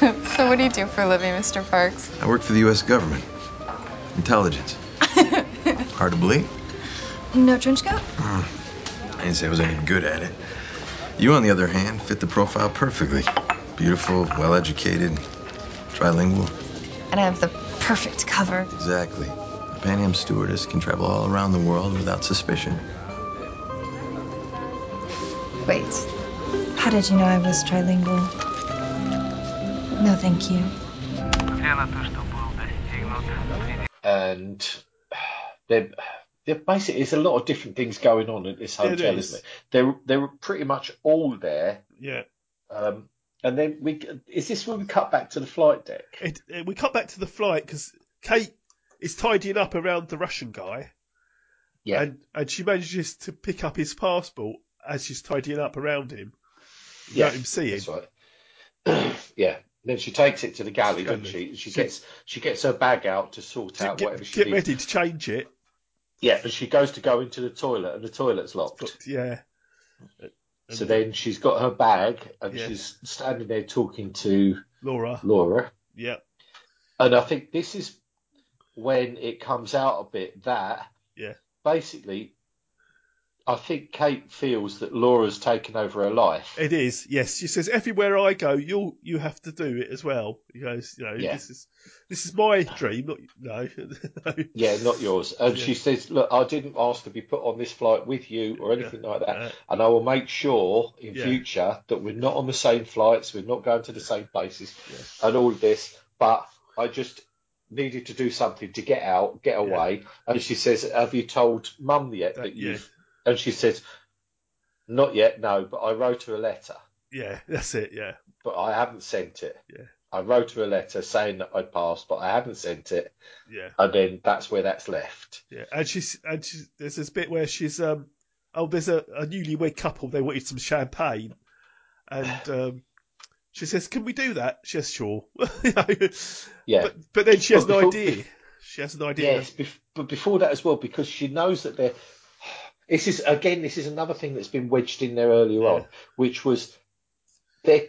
H: so, what do you do for a living, Mr. Parks?
I: I work for the U.S. government. Intelligence. Hard to believe.
L: No trench coat?
I: Hmm. I didn't say I was any good at it. You, on the other hand, fit the profile perfectly. Beautiful, well educated, trilingual.
L: And I have the perfect cover.
I: Exactly. A Pan Am stewardess can travel all around the world without suspicion.
L: Wait. How did you know I was trilingual? No, thank you.
D: and they're, they're basically there's a lot of different things going on at this
C: There
D: hotel,
C: is.
D: isn't it? They're they're pretty much all there.
C: Yeah.
D: Um, and then we is this when we cut back to the flight deck?
C: It, uh, we cut back to the flight because Kate is tidying up around the Russian guy.
D: Yeah.
C: And, and she manages to pick up his passport as she's tidying up around him.
D: Yeah,
C: Without him seeing.
D: That's right. yeah. Then she takes it to the galley, doesn't she? She gets she gets her bag out to sort out whatever she
C: Get
D: needs.
C: ready to change it.
D: Yeah, and she goes to go into the toilet, and the toilet's locked.
C: Yeah.
D: So then she's got her bag, and
C: Yeah.
D: she's standing there talking to
C: Laura.
D: Laura.
C: Yeah.
D: And I think this is when it comes out a bit that
C: Yeah.
D: basically, I think Kate feels that Laura's taken over her life.
C: It is, yes. She says, "Everywhere I go, you'll you have to do it as well." He goes, "You know,
D: Yeah.
C: this is this is my dream, not no." no.
D: Yeah, not yours. And
C: Yeah.
D: she says, "Look, I didn't ask to be put on this flight with you or anything like that,
C: uh,
D: and I will make sure in
C: Yeah.
D: future that we're not on the same flights, we're not going to the same places, and all of this." But I just needed to do something to get out, get away. And she says, "Have you told Mum yet that,
C: yeah.
D: you've?" And she says, "Not yet, no. But I wrote her a letter,
C: yeah, that's it. Yeah,
D: but I haven't sent it.
C: Yeah.
D: I wrote her a letter saying that I'd passed, but I haven't sent it."
C: yeah,
D: And then that's where that's left.
C: yeah. And she's and she's, there's this bit where she's um oh there's a, a newlywed couple they wanted some champagne, and um she says, "Can we do that?" She says, "Sure." You know,
D: Yeah.
C: But but then she has
D: But
C: no
D: before-
C: idea. She has no idea.
D: Yes, bef- but before that as well, because she knows that they're. This is again. This is another thing that's been wedged in there earlier on, which was they're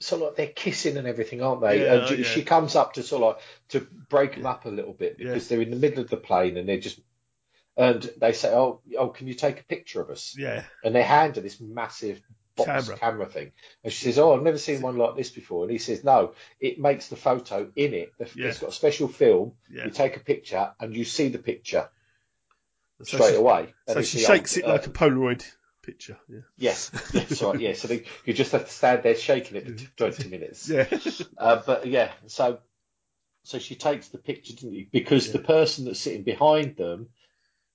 D: sort of like they're kissing and everything, aren't they?
C: Yeah,
D: and she,
C: yeah.
D: she comes up to sort of like to break them up a little bit because they're in the middle of the plane and they're just. And they say, "Oh, oh, can you take a picture of us?"
C: Yeah.
D: And they hand her this massive box
C: Camera.
D: camera. thing, and she says, "Oh, I've never seen one like this before." And he says, "No, it makes the photo in it. The-
C: Yeah.
D: It's got a special film
C: Yeah.
D: you take a picture and you see the picture
C: So
D: straight
C: she-
D: away.
C: So she shakes it like a Polaroid picture. Yeah.
D: uh, yes, that's right. Yeah, so they, you just have to stand there shaking it for twenty minutes.
C: Yeah.
D: uh, but yeah, so so she takes the picture, didn't you? Because the person that's sitting behind them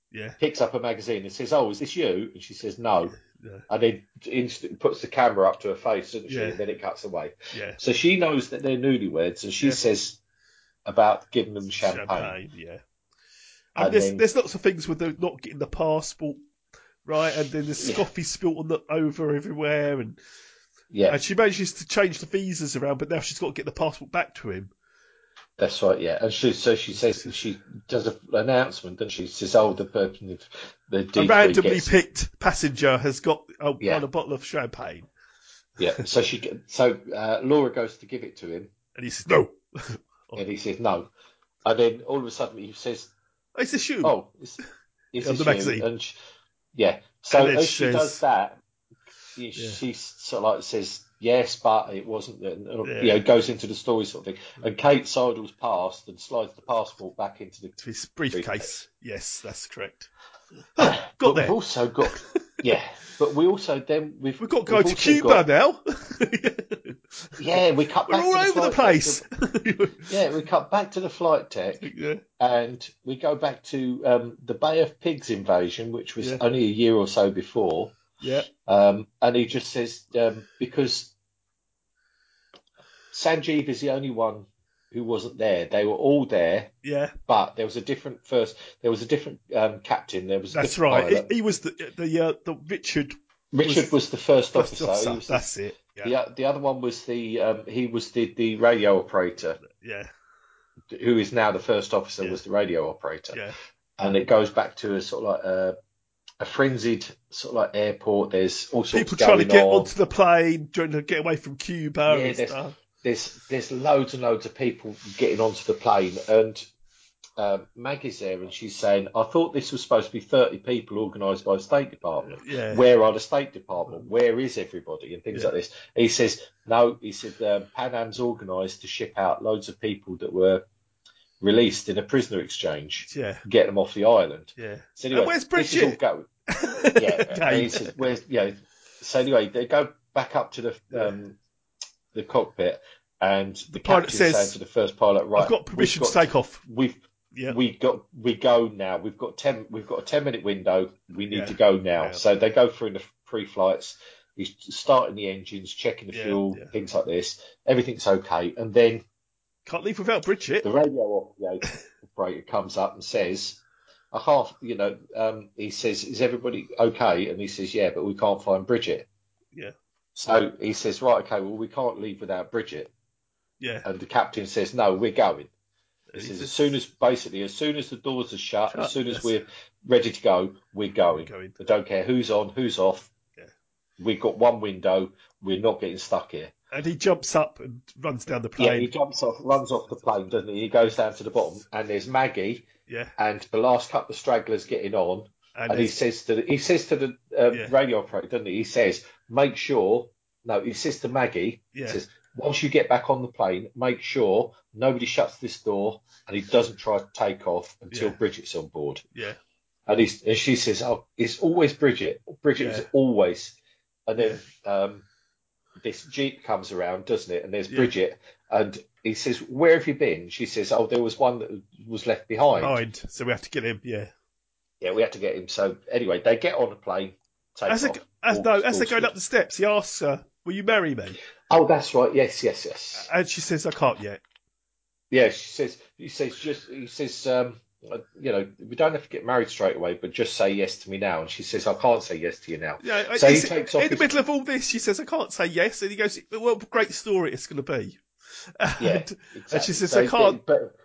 C: Yeah.
D: picks up a magazine and says, "Oh, is this you?" And she says, "No."
C: Yeah.
D: And then instantly puts the camera up to her face, doesn't she?
C: Yeah.
D: And then it cuts away.
C: Yeah.
D: So she knows that they're newlyweds, and she
C: Yeah.
D: says about giving them champagne.
C: Champagne, yeah. And,
D: And
C: there's,
D: then-
C: there's lots of things with the not getting the passport right, and then there's coffee spilt on the over everywhere, and
D: Yeah.
C: and she manages to change the visas around, but now she's got to get the passport back to him.
D: That's right, yeah. And she, so she says she does a, an announcement, doesn't she? Says, "Oh, the person, if the
C: A
D: D3
C: randomly
D: gets-
C: picked passenger has got uh,
D: Yeah.
C: on a bottle of champagne.
D: Yeah. So she, g- so uh, Laura goes to give it to him,
C: and he says no.
D: and he says no, and then all of a sudden he says,
C: "It's this you."
D: Oh, it's, it's
C: On
D: this
C: the
D: you.
C: magazine.
D: And she, yeah. So
C: And then
D: as
C: she
D: she
C: says-
D: does that, she,
C: Yeah.
D: she sort of like says yes, but it wasn't. And, uh,
C: Yeah.
D: You know, goes into the story sort of thing. And Kate sidles past and slides the passport back into the
C: his briefcase. Yes, that's correct.
D: got We've also got yeah, but we also then we've we've
C: Got to go to
D: also
C: Cuba
D: got-
C: now.
D: Yeah, we cut.
C: We're
D: back
C: all
D: to
C: over the
D: flight
C: place.
D: deck. yeah, we cut back to the flight deck, and we go back to um, the Bay of Pigs invasion, which was
C: Yeah.
D: only a year or so before.
C: Yeah.
D: Um, and he just says um, because Sanjeev is the only one who wasn't there. They were all there,
C: Yeah,
D: but there was a different first. There was a different um, captain. There was a
C: that's
D: different
C: right.
D: pilot.
C: He, he was the the uh, the Richard.
D: Richard was, the first officer. He was the-
C: That's it. Yeah.
D: The, o- the other one was the um, he was the, the radio operator
C: yeah.
D: who is now the first officer was the radio operator.
C: Yeah.
D: And it goes back to a sort of like a, a frenzied sort of like airport. There's all sorts
C: People
D: going
C: trying to get
D: on.
C: onto the plane, trying to get away from Cuba
D: Yeah,
C: and
D: there's-
C: stuff.
D: There's there's loads and loads of people getting onto the plane, and uh, Maggie's there, and she's saying, "I thought this was supposed to be 30 people organised by the State Department.
C: Yeah.
D: Where are the State Department? Where is everybody?" And things
C: Yeah.
D: like this. He says, "No," he said, um, "Pan Am's organised to ship out loads of people that were released in a prisoner exchange,
C: Yeah.
D: get them off the island."
C: Yeah.
D: So anyway,
C: and where's
D: this is all
C: Bridget?
D: going. Yeah, and he says, "Where's you know?" So anyway, they go back up to the um, the cockpit, and the,
C: pilot
D: captain
C: says,
D: says to the first pilot, "Right,
C: I've got permission
D: we've
C: to take off.
D: We've we got we go now. We've got ten. We've got a ten minute window. We need
C: Yeah.
D: to go now.
C: Yeah.
D: So they go through the pre flights. He's starting the engines, checking the
C: Yeah,
D: fuel,
C: yeah.
D: things like this. Everything's okay, and then
C: Can't leave without Bridget.
D: the radio operator- operator comes up and says, "A half, you know." Um, he says, "Is everybody okay?" And he says, "Yeah, but we can't find Bridget."
C: Yeah.
D: So he says, "Right, okay. Well, we can't leave without Bridget."
C: Yeah.
D: And the captain says, "No, we're going." He says, "As soon as basically, as soon as the doors are shut,
C: Shut,
D: as soon as
C: yes.
D: we're ready to go, we're going.
C: going.
D: I don't care who's on, who's off. We've got one window. We're not getting stuck here."
C: And he jumps up and runs down the
D: Yeah, he
C: plane.
D: jumps off, runs off the plane, doesn't he? He goes down to the bottom, and there's Maggie
C: Yeah.
D: and the last couple of stragglers getting on,
C: And
D: and, he
C: it's-
D: says to the, he says to the uh, radio operator, doesn't he? He says, "Make sure." No, he says to Maggie, he
C: Yeah.
D: says, "Once you get back on the plane, make sure nobody shuts this door and he doesn't try to take off until
C: Yeah.
D: Bridget's on board."
C: Yeah.
D: And, he's, and she says, "Oh, it's always Bridget. Bridget is
C: Yeah.
D: always." And then um, this jeep comes around, doesn't it? And there's
C: Yeah.
D: Bridget, and he says, "Where have you been?" She says, "Oh, there was one that was left behind."
C: Behind. So we have to get him. Yeah.
D: Yeah, we had to get him. So anyway, they get on a plane. Take
C: As, they,
D: off.
C: as,
D: All-
C: no, as they're
D: all
C: going
D: sorted.
C: up the steps, he asks her, Will you marry me?
D: Oh, that's right. Yes, yes, yes.
C: And she says, I can't yet.
D: Yeah, she says. He says just. He says, um, uh, you know, we don't have to get married straight away, but just say yes to me now. And she says, I can't say yes to you now.
C: Yeah,
D: so he
C: it's-
D: takes
C: in
D: off.
C: the
D: His,
C: middle of all this, she says, I can't say yes. And he goes, What a great story it's going to be. And,
D: yeah,
C: and
D: exactly.
C: she says,
D: So
C: I
D: he-
C: can't.
D: But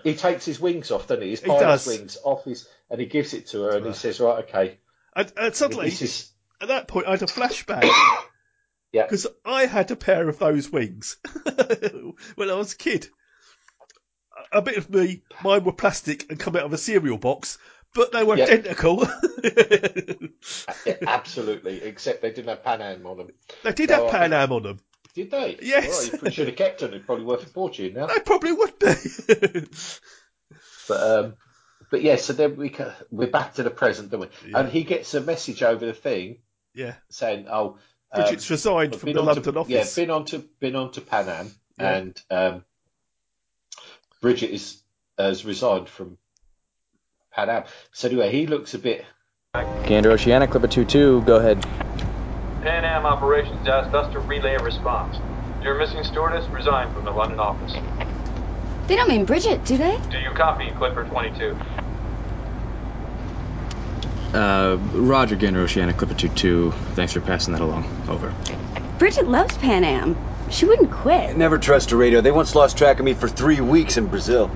D: he takes his wings off, doesn't he? His
C: He
D: pilot's
C: does.
D: wings off his, and he gives it to her, and he says, right, okay.
C: And, and suddenly,
D: This is-
C: at that point, I had a flashback.
D: Yeah.
C: Because I had a pair of those wings when I was a kid. A bit of me, mine were plastic and come out of a cereal box, but they were
D: Yeah.
C: identical.
D: Yeah, absolutely. Except they didn't have Pan Am on them.
C: They did
D: No,
C: have
D: I
C: Pan Am on them.
D: Did they?
C: Yes.
D: Well, you should have kept them. It'd probably worth a fortune now.
C: They probably would be.
D: But um, but yeah, so then we ca- we're back to the present, don't we? And he gets a message over the thing
C: yeah.
D: saying, "Oh, um,
C: Bridget's resigned
D: I've
C: from
D: been
C: the
D: on to-
C: London office.
D: Yeah, been on to been on to Pan Am,
C: Yeah.
D: and um, Bridget is has resigned from Pan Am. So anyway, he looks a bit.
M: Gander Oceana, Clipper 2-2, go ahead.
N: Pan Am Operations asked us to relay a response. Your missing stewardess resigned from the London office.
P: They don't mean Bridget, do they?
N: Do you copy, Clipper 22?
M: Uh, Roger, Gander Oceana, Clipper 2-2, thanks for passing that along. Over.
P: Bridget loves Pan Am. She wouldn't quit.
Q: Never trust a radio. They once lost track of me for three weeks in Brazil.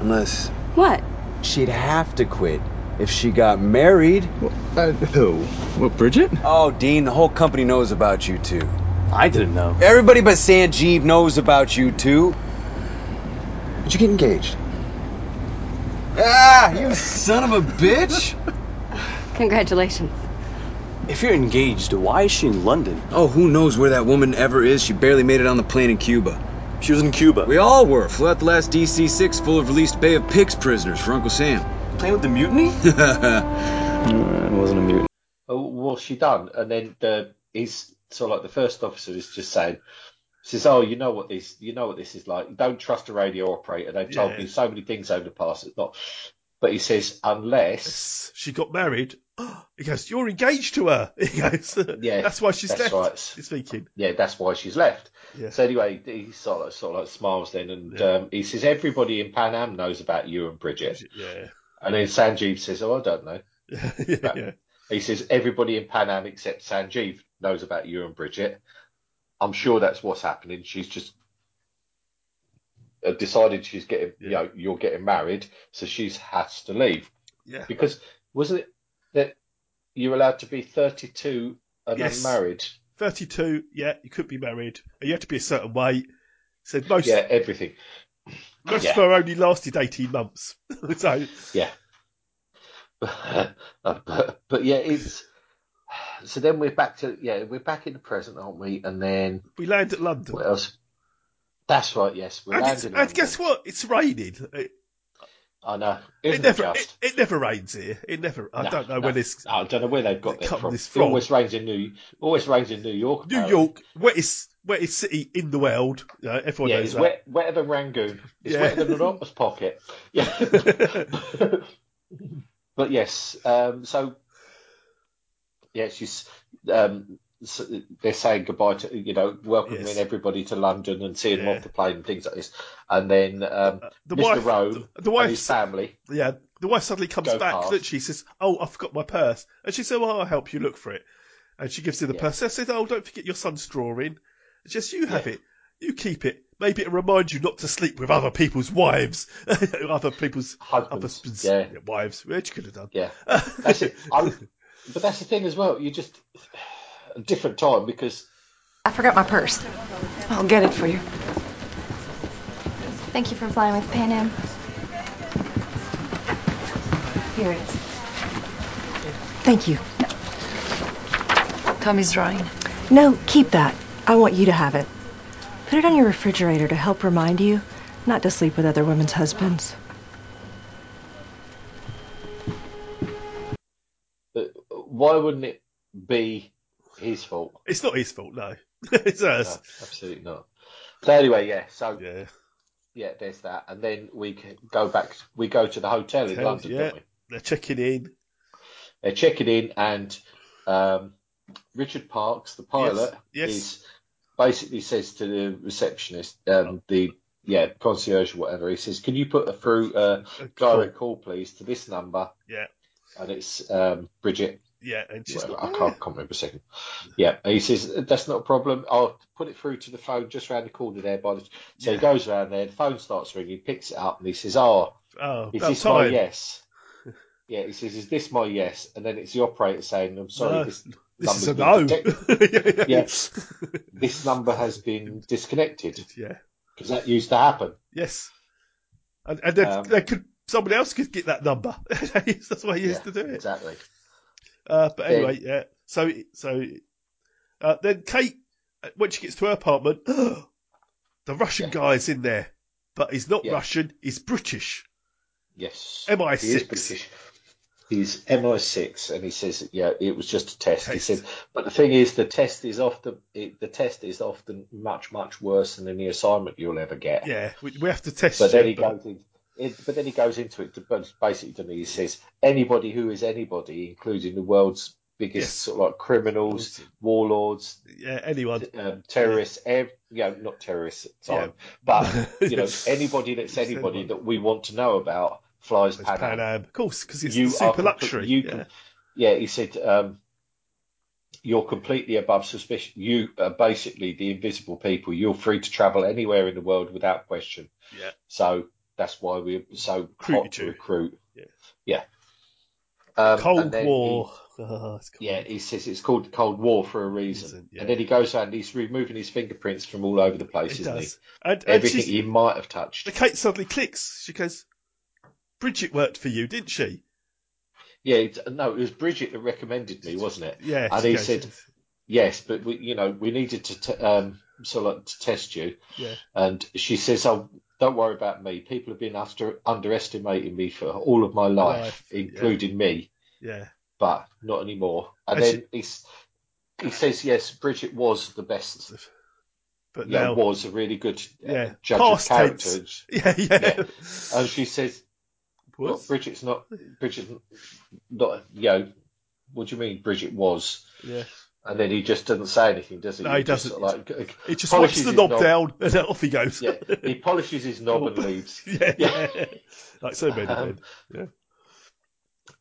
Q: Unless
P: What?
Q: she'd have to quit if she got married. Uh, who? What, Bridget? Oh, Dean, the whole company knows about you two. I didn't know. Everybody but Sanjeev knows about you two. Did you get engaged? Ah, you son of a bitch!
P: Congratulations.
Q: If you're engaged, why is she in London? Oh, who knows where that woman ever is? She barely made it on the plane in Cuba. She was in Cuba. We all were. Flew out the last DC 6 full of released Bay of Pigs prisoners for Uncle Sam. Playing with the mutiny? it wasn't a mutiny.
D: Oh, what's she done? And then the, he's sort of like the first officer is just saying, says, "Oh, you know what this, you know what this is like. Don't trust a radio operator. They've told
C: Yeah.
D: me so many things over the past. It's not." But he says, "Unless
C: She got married. He goes, You're engaged to her. He goes,
D: yeah,
C: That's why she's
D: that's
C: left.
D: right.
C: Speaking.
D: Yeah, that's why she's left."
C: Yeah.
D: So anyway, he sort of sort of like smiles then, and um, he says, "Everybody in Pan Am knows about you and Bridget."
C: Yeah.
D: And then Sanjeev says, "Oh, I don't know." But
C: yeah.
D: He says, "Everybody in Pan Am except Sanjeev knows about you and Bridget." I'm sure that's what's happening. She's just uh, decided she's getting, you know, you're getting married, so she's has to leave
C: Yeah.
D: because wasn't it that you're allowed to be 32 and
C: Yes.
D: unmarried?
C: 32, yeah, you could be married. You have to be a certain weight. So most,
D: Yeah, everything.
C: most of
D: yeah.
C: her only lasted 18 months. so,
D: Yeah. Um, but, but yeah, it's so then we're back to yeah, we're back in the present, aren't we? And then
C: we land at London.
D: What else? That's right. Yes, we
C: and, it's,
D: landed.
C: and guess what? It's raining. It,
D: I know.
C: it
D: Isn't
C: never,
D: just?
C: it, it never rains here. It never. I
D: No,
C: don't know
D: no.
C: where this.
D: I don't know where they've got that
C: come
D: from.
C: this
D: It
C: from.
D: always rains in New always rains in New York.
C: New
D: apparently.
C: York, wettest wettest city in the world. You know, everyone
D: Yeah,
C: knows
D: it's
C: that.
D: wet, wetter than Rangoon. It's
C: Yeah.
D: wetter than an octopus pocket. Yeah. but yes, um, so yeah, she's um, s they're saying goodbye to you know welcoming
C: Yes.
D: everybody to London and seeing them
C: Yeah. Uh,
D: off the plane and things like this, and then um,
C: the
D: Mr.
C: wife-
D: Rome
C: the wife
D: and his family.
C: Yeah, the wife suddenly comes
D: Go
C: back.
D: past.
C: That she says, "Oh, I forgot my purse," and she said, "Well, I'll help you look for it." And she gives him the purse. I said, "Oh, don't forget your son's drawing. It's Just you have it. You keep it. Maybe it reminds you not to sleep with other people's wives, other people's husbands,
D: yeah.
C: wives. Which you could have done.
D: Yeah, that's it. I, but that's the thing as well. You just a different time because
G: I forgot my purse. I'll get it for you.
P: Thank you for flying with Pan Am. Here it is.
G: Thank you. Tommy's drawing. No, keep that. I want you to have it. Put it on your refrigerator to help remind you not to sleep with other women's husbands.
D: uh, why wouldn't it be his fault?
C: It's not his fault, no. it's hers.
D: No, absolutely not. So anyway, yeah. So
C: yeah,
D: there's that, and then we can go back. We go to the hotel in
C: Hell,
D: London,
C: yeah.
D: don't we?
C: They're checking in.
D: They're checking in, and um, Richard Parks, the pilot,
C: Yes, yes.
D: is basically says to the receptionist, um, the yeah concierge, or whatever. He says, "Can you put her through uh, direct call, please, to this number?"
C: Yeah,
D: And it's um, Bridget.
C: yeah, and she's
D: Whatever,
C: not
D: I
C: there.
D: can't, can't remember a second. Yeah, and he says that's not a problem. I'll put it through to the phone just round the corner there. By the so he goes round there, the phone starts ringing, picks it up, and he says, "Oh,
C: Oh,
D: is
C: about
D: this my
C: time.
D: yes?" Yeah, he says, "Is this my yes?" And then it's the operator saying, "I'm sorry,
C: No,
D: this,
C: this is a
D: number's
C: no.
D: been detected." yeah, this number has been disconnected
C: Yeah.
D: because that used to happen.
C: Yes. And, and then
D: Um,
C: they could someone else could get that number. That's why he used to do it.
D: Exactly.
C: Uh, but
D: Then-
C: anyway, yeah. So so uh, then Kate, uh, when she gets to her apartment, the Russian guy's in there, but he's not Russian. He's British.
D: Yes,
C: MI6.
D: He is British. He's MI6, and he says, "Yeah, it was just a test." He says, "But the thing is, the test is often it, the test is often much much worse than any assignment you'll ever get."
C: Yeah, we, we have to test.
D: But
C: you,
D: then he goes in, it, but then he goes into it. But basically, to me, he says, "Anybody who is anybody, including the world's biggest sort of like criminals, warlords,
C: yeah, anyone,
D: um, terrorists, ev- yeah, not terrorists at the time, but uh, you know, anybody that's anybody that we want to know about flies Pan,
C: Pan
D: Am.
C: Am, of course, because it's
D: You
C: the
D: are
C: super
D: compl-
C: luxury.
D: you
C: yeah.
D: can- Yeah, he said. Um, you're completely above suspicion. You are basically the invisible people. You're free to travel anywhere in the world without question.
C: Yeah.
D: So that's why we're so hot to recruit.
C: Yeah.
D: Yeah. Um,
C: Cold
D: and then
C: War. Oh, it's
D: Yeah, he says it's called the Cold War for a reason. And then he goes out and he's removing his fingerprints from all over the place,
C: It
D: isn't
C: does.
D: he?
C: And- and
D: Everything
C: she's-
D: he might have touched.
C: The Kate suddenly clicks. She goes, Bridget worked for you, didn't she?
D: Yeah, it's, no, it was Bridget that recommended me, wasn't it?
C: Yeah,
D: and
C: she
D: he
C: goes,
D: said, "Yes, but we, you know, we needed to t- um, sort of like to test you."
C: Yeah.
D: And she says, "Oh, don't worry about me. People have been after- underestimating me for all of my life,
C: Life, yeah.
D: including me,
C: Yeah.
D: but not anymore." And
C: And she-
D: then he s he says, "Yes, Bridget was the best."
C: But
D: yeah,
C: now-
D: was a really good uh,
C: Yeah.
D: judge
C: Past
D: of
C: tense.
D: characters.
C: Yeah, yeah.
D: And she says, well, Bridget's not. Bridget's not. You know, what do you mean? Bridget was.
C: Yeah.
D: And then he just doesn't say anything, does he?
C: No, he doesn't.
D: Just, sort of like,
C: He just wipes
D: polishes
C: the
D: his
C: knob, down and then off he goes.
D: Yeah, he polishes his knob and leaves.
C: yeah, yeah. Like so many
D: Um,
C: men. Yeah.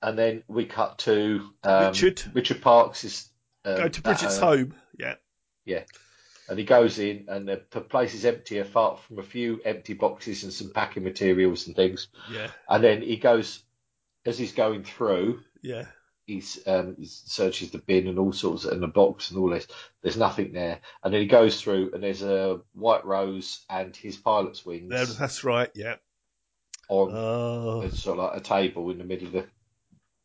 D: And then we cut to um,
C: Richard.
D: Richard Parks is um,
C: Go to
D: at
C: Bridget's
D: her-
C: home. Yeah.
D: Yeah. And he goes in, and the, the place is empty apart from a few empty boxes and some packing materials and things.
C: Yeah.
D: And then he goes, as he's going through,
C: Yeah.
D: he's, um, he searches the bin and all sorts, and the box and all this. There's nothing there. And then he goes through, and there's a white rose and his pilot's wings
C: There- That's right. Yeah.
D: on
C: Oh.
D: a, sort of like a table in the middle of the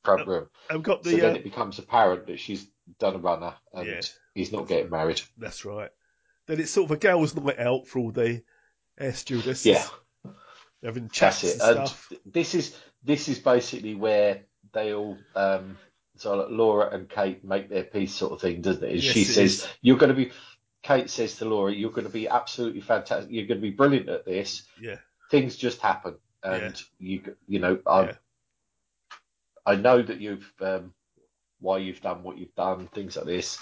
D: front room.
C: I've got the.
D: so
C: uh,
D: then it becomes apparent that she's done a runner and
C: Yeah.
D: he's not getting married.
C: That's right. Then it's sort of a girls' night out for all the air stewardesses.
D: Yeah.
C: Having
D: That's
C: chats
D: it.
C: and
D: And
C: stuff.
D: this is this is basically where they all um so like Laura and Kate make their peace sort of thing, doesn't it? And
C: Yes,
D: she
C: it
D: says
C: is.
D: you're gonna be Kate says to Laura, You're gonna be absolutely fantastic you're gonna be brilliant at this.
C: Yeah.
D: Things just happen and you you know, I I know that you've um why you've done what you've done, things like this.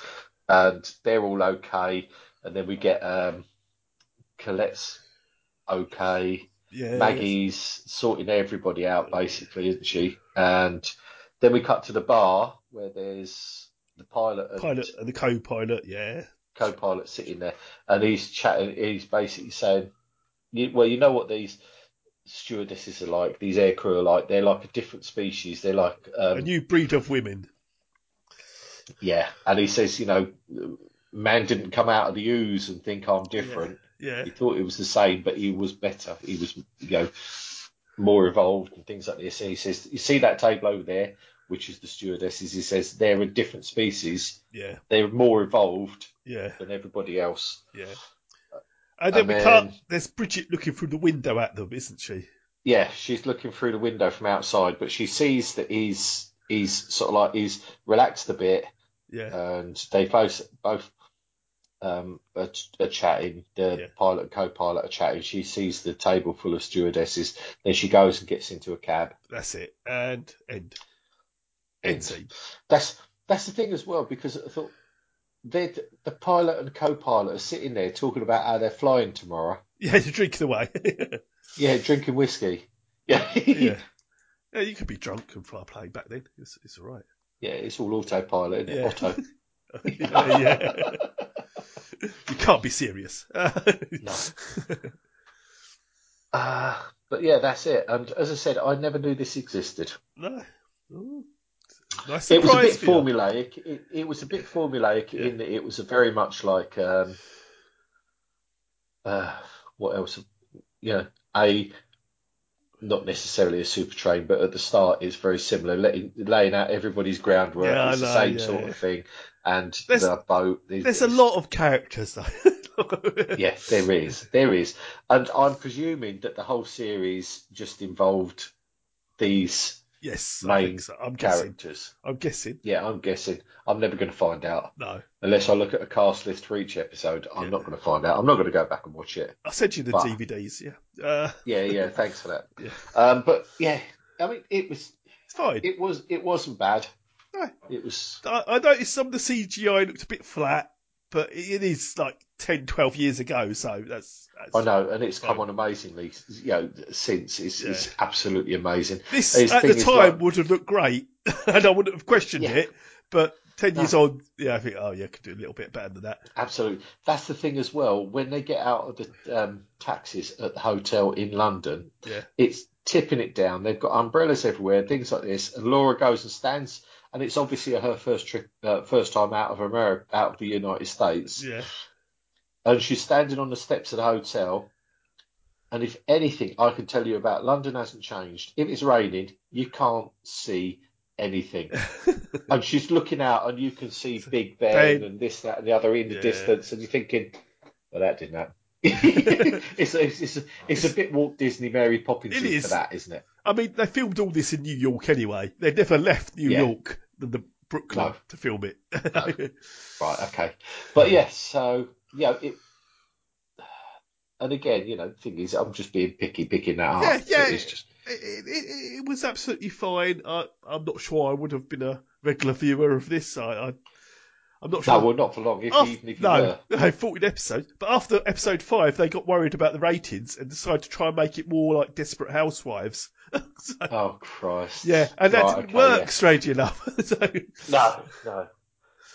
D: And they're all okay. And then we get um Colette's okay.
C: Yeah.
D: Maggie's sorting everybody out basically, isn't she? And then we cut to the bar where there's the pilot and
C: Pilot and the co-pilot. Yeah.
D: co-pilot sitting there, and he's chatting. He's basically saying, "You- "Well, you know what these stewardesses are like. These aircrew are like. They're like a different species. They're like um,
C: a new breed of women.
D: yeah." And he says, "You know, man didn't come out of the ooze and think I'm different.
C: Yeah.
D: He thought it was the same, but he was better. He was, you know, more evolved and things like this." And he says, "You see that table over there, which is the stewardesses?" He says, "They're a different species."
C: Yeah.
D: They're more evolved
C: Yeah.
D: than everybody else.
C: Yeah. And then
D: And
C: we
D: then-
C: can't. There's Bridget looking through the window at them, isn't she?
D: yeah, she's looking through the window from outside, but she sees that he's he's sort of like he's relaxed a bit, Uh,
C: Yeah.
D: and they both both um are, are chatting. The pilot and co-pilot are chatting. She sees the table full of stewardesses. Then she goes and gets into a cab.
C: That's it. And end. End scene.
D: That's that's the thing as well because I thought they the pilot and co-pilot are sitting there talking about how they're flying tomorrow.
C: Yeah, you drink it away.
D: Yeah, drinking whiskey. Yeah,
C: yeah. Yeah, you could be drunk and fly a plane back then. It's, it's all right.
D: yeah, it's all autopilot, isn't it?
C: Yeah.
D: Auto.
C: yeah, yeah. you can't be serious.
D: Uh, but yeah, that's it. And as I said, I never knew this existed.
C: no. Ooh. Nice
D: It was a
C: surprise
D: bit
C: for you.
D: formulaic. It, it was a bit formulaic in that it was a very much like um, uh, what else? You know, a not necessarily a super train, but at the start it's very similar, letting, laying out everybody's groundwork.
C: Yeah, I
D: it's the
C: know,
D: same
C: yeah,
D: sort
C: yeah.
D: of thing, and
C: There's-
D: the boat.
C: There's a lot of characters though.
D: yeah, there is, there is, and I'm presuming that the whole series just involved these
C: yes, I
D: main
C: think so. I'm guessing.
D: characters.
C: I'm guessing.
D: Yeah, I'm guessing. I'm never going to find out
C: No,
D: unless I look at a cast list for each episode. I'm not going to find out. I'm not going to go back and watch it.
C: I sent you the
D: But-
C: DVDs. Yeah. Uh,
D: Yeah, yeah. Thanks for that.
C: Yeah.
D: Um, but yeah, I mean, it was
C: it's fine.
D: it was it wasn't bad.
C: No.
D: It was
C: I, I noticed some of the CGI looked a bit flat, but it, it is like 10, 12 years ago, so that's. that's
D: I know, and it's come on amazingly. You know, since it's, it's absolutely amazing.
C: This
D: His
C: at
D: thing
C: the
D: is
C: time
D: like-
C: would have looked great, and I wouldn't have questioned it. But Ten years old, yeah, I think, oh, yeah, I could do a little bit better than that.
D: Absolutely. That's the thing as well. When they get out of the um, taxis at the hotel in London,
C: Yeah.
D: it's tipping it down. They've got umbrellas everywhere, things like this. And Laura goes and stands, and it's obviously her first trip, uh, first time out of America, out of the United States.
C: Yeah.
D: And she's standing on the steps of the hotel. And if anything, I can tell you about London hasn't changed. If it's raining, you can't see anything. and she's looking out, and you can see Big Ben
C: Ben.
D: and this, that, and the other in the
C: Yeah.
D: distance. And you're thinking, well, that didn't happen. it's, a, it's, it's, a, it's a bit Walt Disney Mary Poppins
C: It is.
D: for that, isn't it?
C: I mean, they filmed all this in New York anyway. They never left New
D: Yeah.
C: York than the Brooklyn
D: No.
C: to film it.
D: Right, okay. But yes, so yeah, it. And again, you know, the thing is, I'm just being picky, picking that up.
C: Yeah, yeah.
D: It's just,
C: It, it, it was absolutely fine. I, I'm not sure I would have been a regular viewer of this. I, I I'm not sure.
D: No, well, not for long. If,
C: Af-
D: even if you
C: Oh, no,
D: were.
C: no, 14 episodes. But after episode five, they got worried about the ratings and decided to try and make it more like Desperate Housewives.
D: Oh Christ!
C: Yeah, and that
D: Right,
C: didn't
D: okay,
C: work,
D: yeah.
C: strangely enough. so,
D: No, no.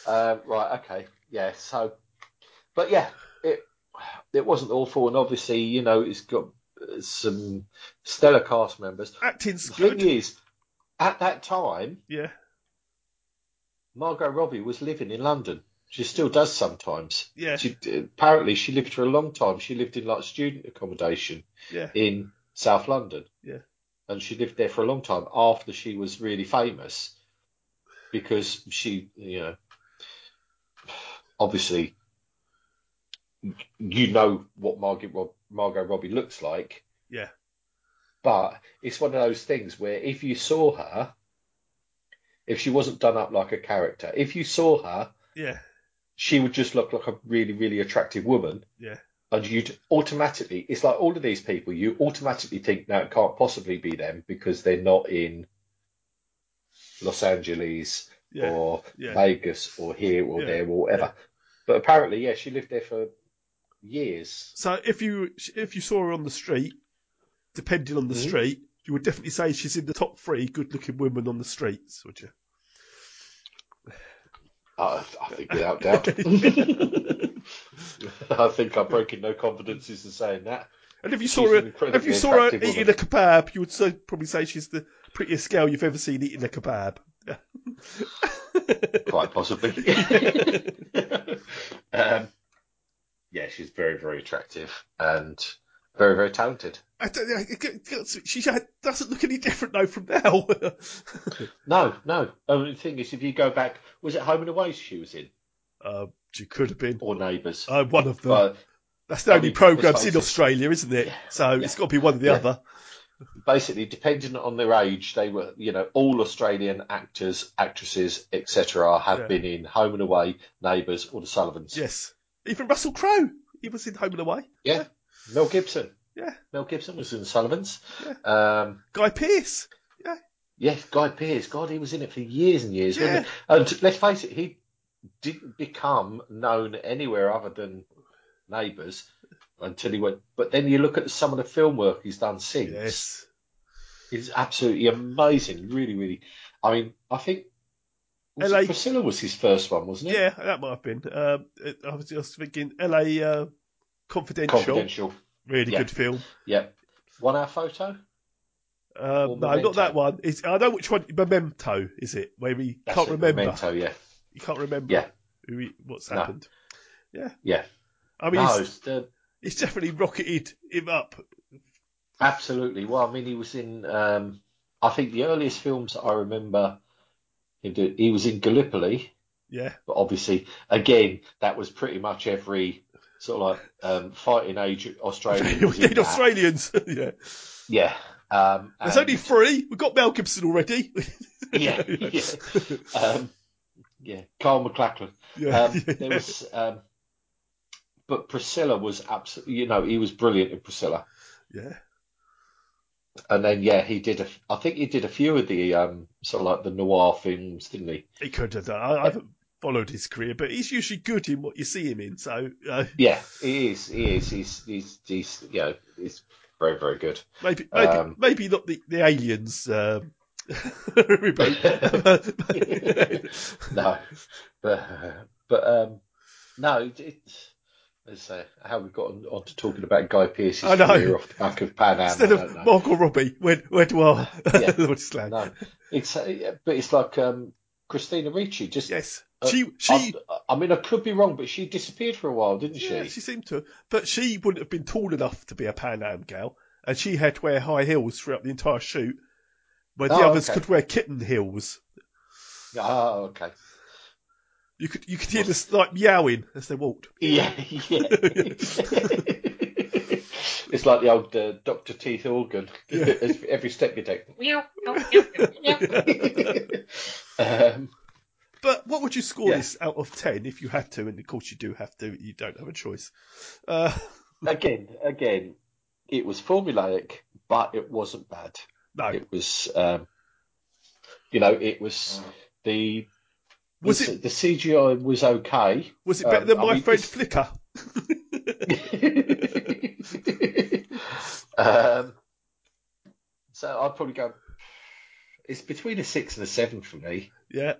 D: Um, right, okay, yeah. So, but yeah, it it wasn't awful, and obviously, you know, it's got uh, some stellar cast members.
C: Acting's
D: the good. Thing is, at that time,
C: yeah.
D: Margot Robbie was living in London. She still does sometimes.
C: Yeah.
D: She apparently she lived for a long time. She lived in like student accommodation
C: Yeah.
D: in South London,
C: Yeah.
D: and she lived there for a long time after she was really famous, because she, you know, obviously, you know what Margot Rob- Margot Robbie looks like,
C: Yeah.
D: but it's one of those things where if you saw her, if she wasn't done up like a character, if you saw her,
C: Yeah.
D: she would just look like a really, really attractive woman.
C: Yeah.
D: And you'd automatically, it's like all of these people, you automatically think, no, it can't possibly be them because they're not in Los Angeles
C: Yeah.
D: or
C: Yeah.
D: Vegas or here or
C: Yeah.
D: there or whatever. But apparently, yeah, she lived there for years.
C: So if you if you saw her on the street, depending on the
D: Mm-hmm.
C: street, you would definitely say she's in the top three good-looking women on the streets, would you?
D: I, I think without doubt. I think I'm breaking no confidences in saying that.
C: And if you
D: She's
C: saw
D: an
C: her, if
D: incredibly
C: you saw her
D: attractive
C: eating
D: woman.
C: a kebab, you would so, probably say she's the prettiest girl you've ever seen eating a kebab.
D: quite possibly. um, yeah, she's very, very attractive and very, very talented.
C: I don't, know, it g- g- she had- doesn't look any different though from now.
D: No, no. I mean, the thing is, if you go back, was it Home and Away she was in?
C: Uh, she could have been.
D: Or Neighbours.
C: Uh, one of them.
D: But
C: That's the
D: I
C: only
D: mean, let's
C: programs
D: face
C: in
D: it.
C: Australia, isn't it? So it's got to be one or the
D: Yeah.
C: other.
D: basically, depending on their age, they were, you know, all Australian actors, actresses, etc., have
C: Yeah.
D: been in Home and Away, Neighbours, or The Sullivans.
C: Yes. Even Russell Crowe, he was in Home and Away.
D: Yeah. Mel Gibson.
C: Yeah.
D: Mel Gibson was in The Sullivans. Um,
C: Guy Pearce. Yeah.
D: Yeah, Guy Pearce. God, he was in it for years and years, wasn't he? And let's face it, he didn't become known anywhere other than Neighbours until he went. But then you look at some of the film work he's done since.
C: Yes.
D: It's absolutely amazing. Really, really. I mean, I think was it
C: LA
D: Priscilla was his first one, wasn't it?
C: Yeah, that might have been. Um, it- I was just thinking LA uh, Confidential.
D: Confidential.
C: Really
D: Yeah.
C: good film.
D: Yeah. One hour photo.
C: Um, no,
D: Memento.
C: not that one. It's, I know which one. Memento, is it? Where he
D: That's
C: can't
D: it,
C: remember.
D: Memento, yeah.
C: You can't remember
D: Yeah.
C: who he, what's
D: No.
C: happened. Yeah.
D: Yeah.
C: I mean,
D: no,
C: it's,
D: the-
C: it's definitely rocketed him up.
D: Absolutely. Well, I mean, he was in. Um, I think the earliest films that I remember him doing, he was in Gallipoli,
C: Yeah.
D: but obviously, again, that was pretty much every sort of like um, fighting age Australian. was
C: We
D: in
C: need
D: Oh, that.
C: Australians. yeah.
D: Yeah. Um,
C: There's
D: and-
C: only three. We've got Mel Gibson already.
D: yeah, yeah. Um, yeah, Carl McLachlan.
C: Yeah.
D: Um, there was, um, but Priscilla was absolutely, you know, he was brilliant in Priscilla.
C: Yeah.
D: And then, yeah, he did. A, I think he did a few of the um, sort of like the noir films, didn't he?
C: He could have done. I, I haven't followed his career, but he's usually good in what you see him in. So uh,
D: Yeah, he is. He is. He's. He's. He's. You know, he's very, very good.
C: maybe, maybe,
D: Um,
C: maybe not the the aliens um
D: Um, no, but but um, no, it, it, let's say how we got on, on to talking about Guy Pearce's
C: I know.
D: career off the back of Pan Am.
C: Instead
D: I
C: of
D: don't know.
C: Margot Robbie, where, where do I?
D: Yeah.
C: Lord Slag.
D: No, it's uh, yeah, but it's like um, Christina Ricci. Just
C: yes,
D: she she. I, I mean, I could be wrong, but she disappeared for a while, didn't
C: Yeah,
D: she?
C: she seemed to. But she wouldn't have been tall enough to be a Pan Am gal, and she had to wear high heels throughout the entire shoot, where the
D: Oh,
C: others
D: okay.
C: could wear kitten heels.
D: Oh, okay.
C: You could you could hear this like meowing as they walked.
D: Yeah, yeah. It's like the old uh, Doctor Teeth organ.
C: Yeah.
D: Every step you take. Um,
C: but what would you score
D: yeah.
C: this out of ten if you had to? And of course you do have to. You don't have a choice. Uh,
D: again, again, it was formulaic, but it wasn't bad.
C: No,
D: it was, um, you know, it was the
C: Was
D: the, it the CGI was okay.
C: Was it
D: Um,
C: better than
D: I
C: my
D: mean,
C: friend Flicker?
D: Um, so I'd probably go. It's between a six and a seven for me.
C: Yeah,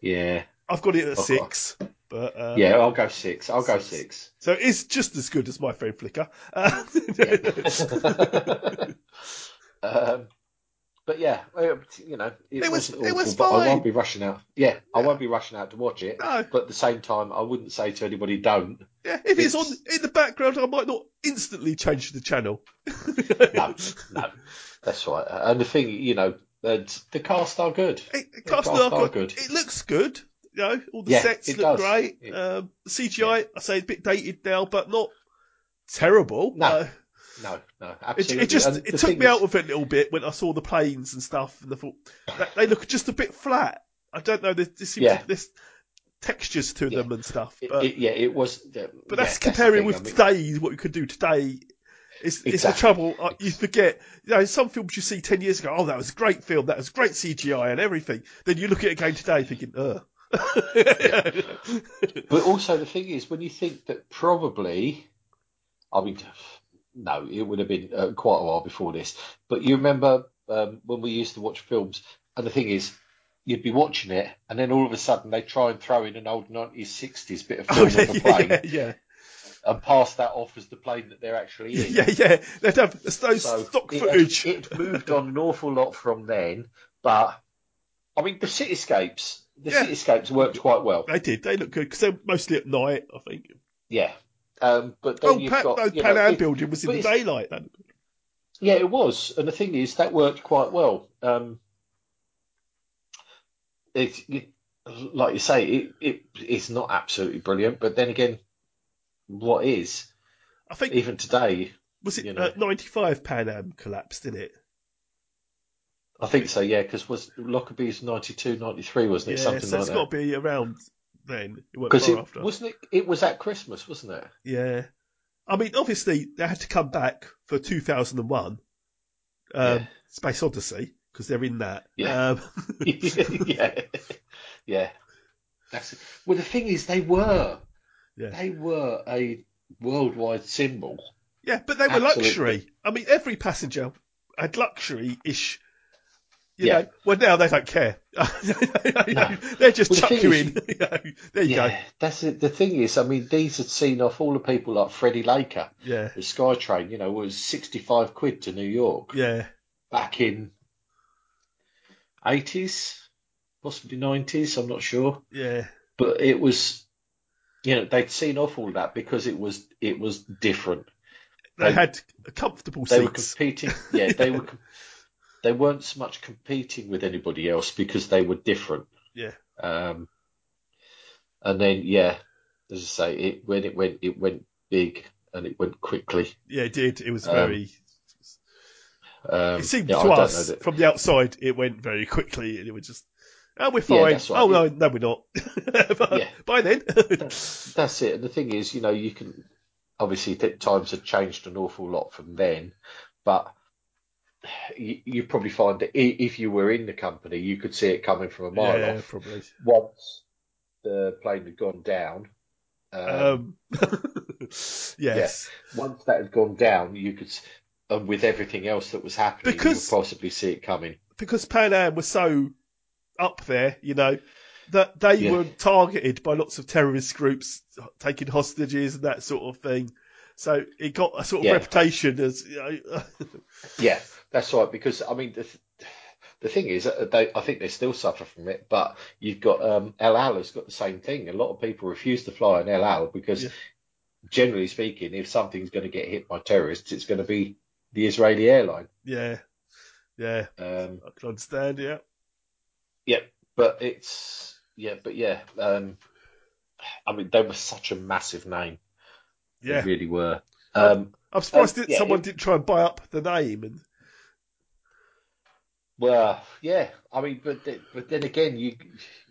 D: Yeah,
C: I've got it at
D: I've got-
C: six. But uh,
D: Uh-huh. yeah. I'll go six. I'll go six.
C: So it's just as good as my friend Flicker. Uh,
D: Um, but yeah, well, you know, it,
C: It was-
D: wasn't
C: it
D: awful,
C: was
D: but I
C: fine.
D: won't be rushing out. Yeah, I won't be rushing out to watch it. But at the same time, I wouldn't say to anybody, don't.
C: yeah, if it's, on in the background, I might not instantly change the channel.
D: No, no, that's right. And the thing, you know, and the cast are good.
C: It, cast
D: cast
C: look-
D: are good.
C: It looks good. You know, all the
D: Yeah,
C: sets
D: it
C: look
D: does.
C: great. um, CGI, I say, a bit dated now, but not terrible. No,
D: no, no,
C: It,
D: absolutely.
C: it just
D: And the
C: it took
D: thing
C: me
D: is-
C: out of it a little bit when I saw the planes and stuff, and I thought that- they look just a bit flat. I don't know. There, there seems
D: Yeah.
C: to, there's textures to them and stuff.
D: It-
C: But,
D: it- yeah, it was. yeah,
C: but
D: yeah,
C: that's
D: the
C: comparing
D: thing,
C: with
D: I mean,
C: today, what you could do today. It's, it's the
D: Exactly.
C: trouble. Like, you forget. You know, some films you see ten years ago. Oh, that was a great film. That was great CGI and everything. Then you look at it again today, thinking, ugh. Oh,
D: But also the thing is, when you think that probably, I mean, no, it would have been uh, quite a while before this. But you remember um, when we used to watch films, and the thing is, you'd be watching it, and then all of a sudden they try and throw in an old 1960s bit of film on the plane
C: yeah, yeah,
D: and pass that off as the plane that they're actually in.
C: yeah, yeah. They'd have it's those stock
D: it-
C: footage.
D: It, moved on an awful lot from then, but I mean, the cityscapes, the cityscapes worked quite well.
C: They did. They look good because they're mostly at night, I think.
D: Yeah. Um, but then
C: Oh,
D: you've
C: Pat,
D: got
C: no,
D: you
C: Pan
D: know,
C: Am
D: it-
C: building was
D: but
C: in the
D: it's-
C: daylight. Then.
D: Yeah, it was, and the thing is that worked quite well. Um, it, it, like you say, it, it it's not absolutely brilliant, but then again, what is?
C: I think
D: even today,
C: Was it
D: you know,
C: uh, 95 Pan Am collapsed, didn't it?
D: I think so. Yeah, because was Lockerby's 92, 93, wasn't it?
C: yeah,
D: Something
C: so
D: like
C: it's got to be around then. It
D: that.
C: won't
D: Because
C: far
D: it
C: after.
D: wasn't it. It was at Christmas, wasn't it?
C: Yeah. I mean, obviously, they had to come back for 2001 um, Space Odyssey because they're in that.
D: Yeah.
C: Um,
D: yeah. Yeah. That's well. The thing is, they were,
C: Yeah.
D: they were a worldwide symbol.
C: Yeah, but they were
D: Absolutely.
C: luxury. I mean, every passenger had luxury ish. You
D: Yeah.
C: know, well now they don't care. they just
D: Well, the
C: chuck
D: thing
C: you
D: is-
C: in. you know, there you go.
D: Yeah, that's it. The thing is, I mean, these had seen off all the people like Freddie Laker,
C: Yeah,
D: the Skytrain. You know, was sixty-five quid to New York
C: yeah,
D: back in eighties, possibly nineties. I'm not sure,
C: yeah.
D: but it was, you know, they'd seen off all that because it was it was different.
C: They, had comfortable
D: they were
C: seats.
D: competing. Yeah, they were. com- They weren't so much competing with anybody else because they were different.
C: Yeah.
D: Um, and then yeah, as I say, it when it went it went big and it went quickly.
C: Yeah, it did. It was
D: Um,
C: very.
D: Um,
C: it seemed
D: yeah, I
C: to
D: don't know
C: us
D: that-
C: from the outside, it went very quickly, and it was just, "Oh, we're
D: Yeah,
C: fine."
D: that's right.
C: Oh no, no, we're not. But
D: Yeah.
C: By then,
D: That's it. And the thing is, you know, you can obviously th- times have changed an awful lot from then, but you, you probably find that i- if you were in the company, you could see it coming from a mile
C: yeah,
D: off.
C: probably.
D: Once the plane had gone down, um,
C: Um, yes.
D: yeah, once that had gone down, you could, s- and with everything else that was happening, you
C: Because-
D: could possibly see it coming.
C: because Pan Am was so up there, you know, that they
R: Yeah.
C: were targeted by lots of terrorist groups taking hostages and that sort of thing. So it got a sort of
D: Yeah.
C: reputation as, you know,
D: Yeah, that's right. Because I mean, the, th- the thing is, uh, they, I think they still suffer from it. But you've got um, El Al has got the same thing. A lot of people refuse to fly on El Al because, generally speaking, if something's going to get hit by terrorists, it's going to be the Israeli airline.
C: yeah, yeah.
D: Um,
C: I can understand, yeah.
D: Yeah, but it's yeah, but yeah. Um, I mean, they were such a massive name.
C: Yeah. Uh,
D: They really were. Um,
C: I'm surprised
D: and,
C: that
D: yeah,
C: someone
D: it-
C: didn't try and buy up the name and
D: Well, yeah, I mean, but th- but then again, you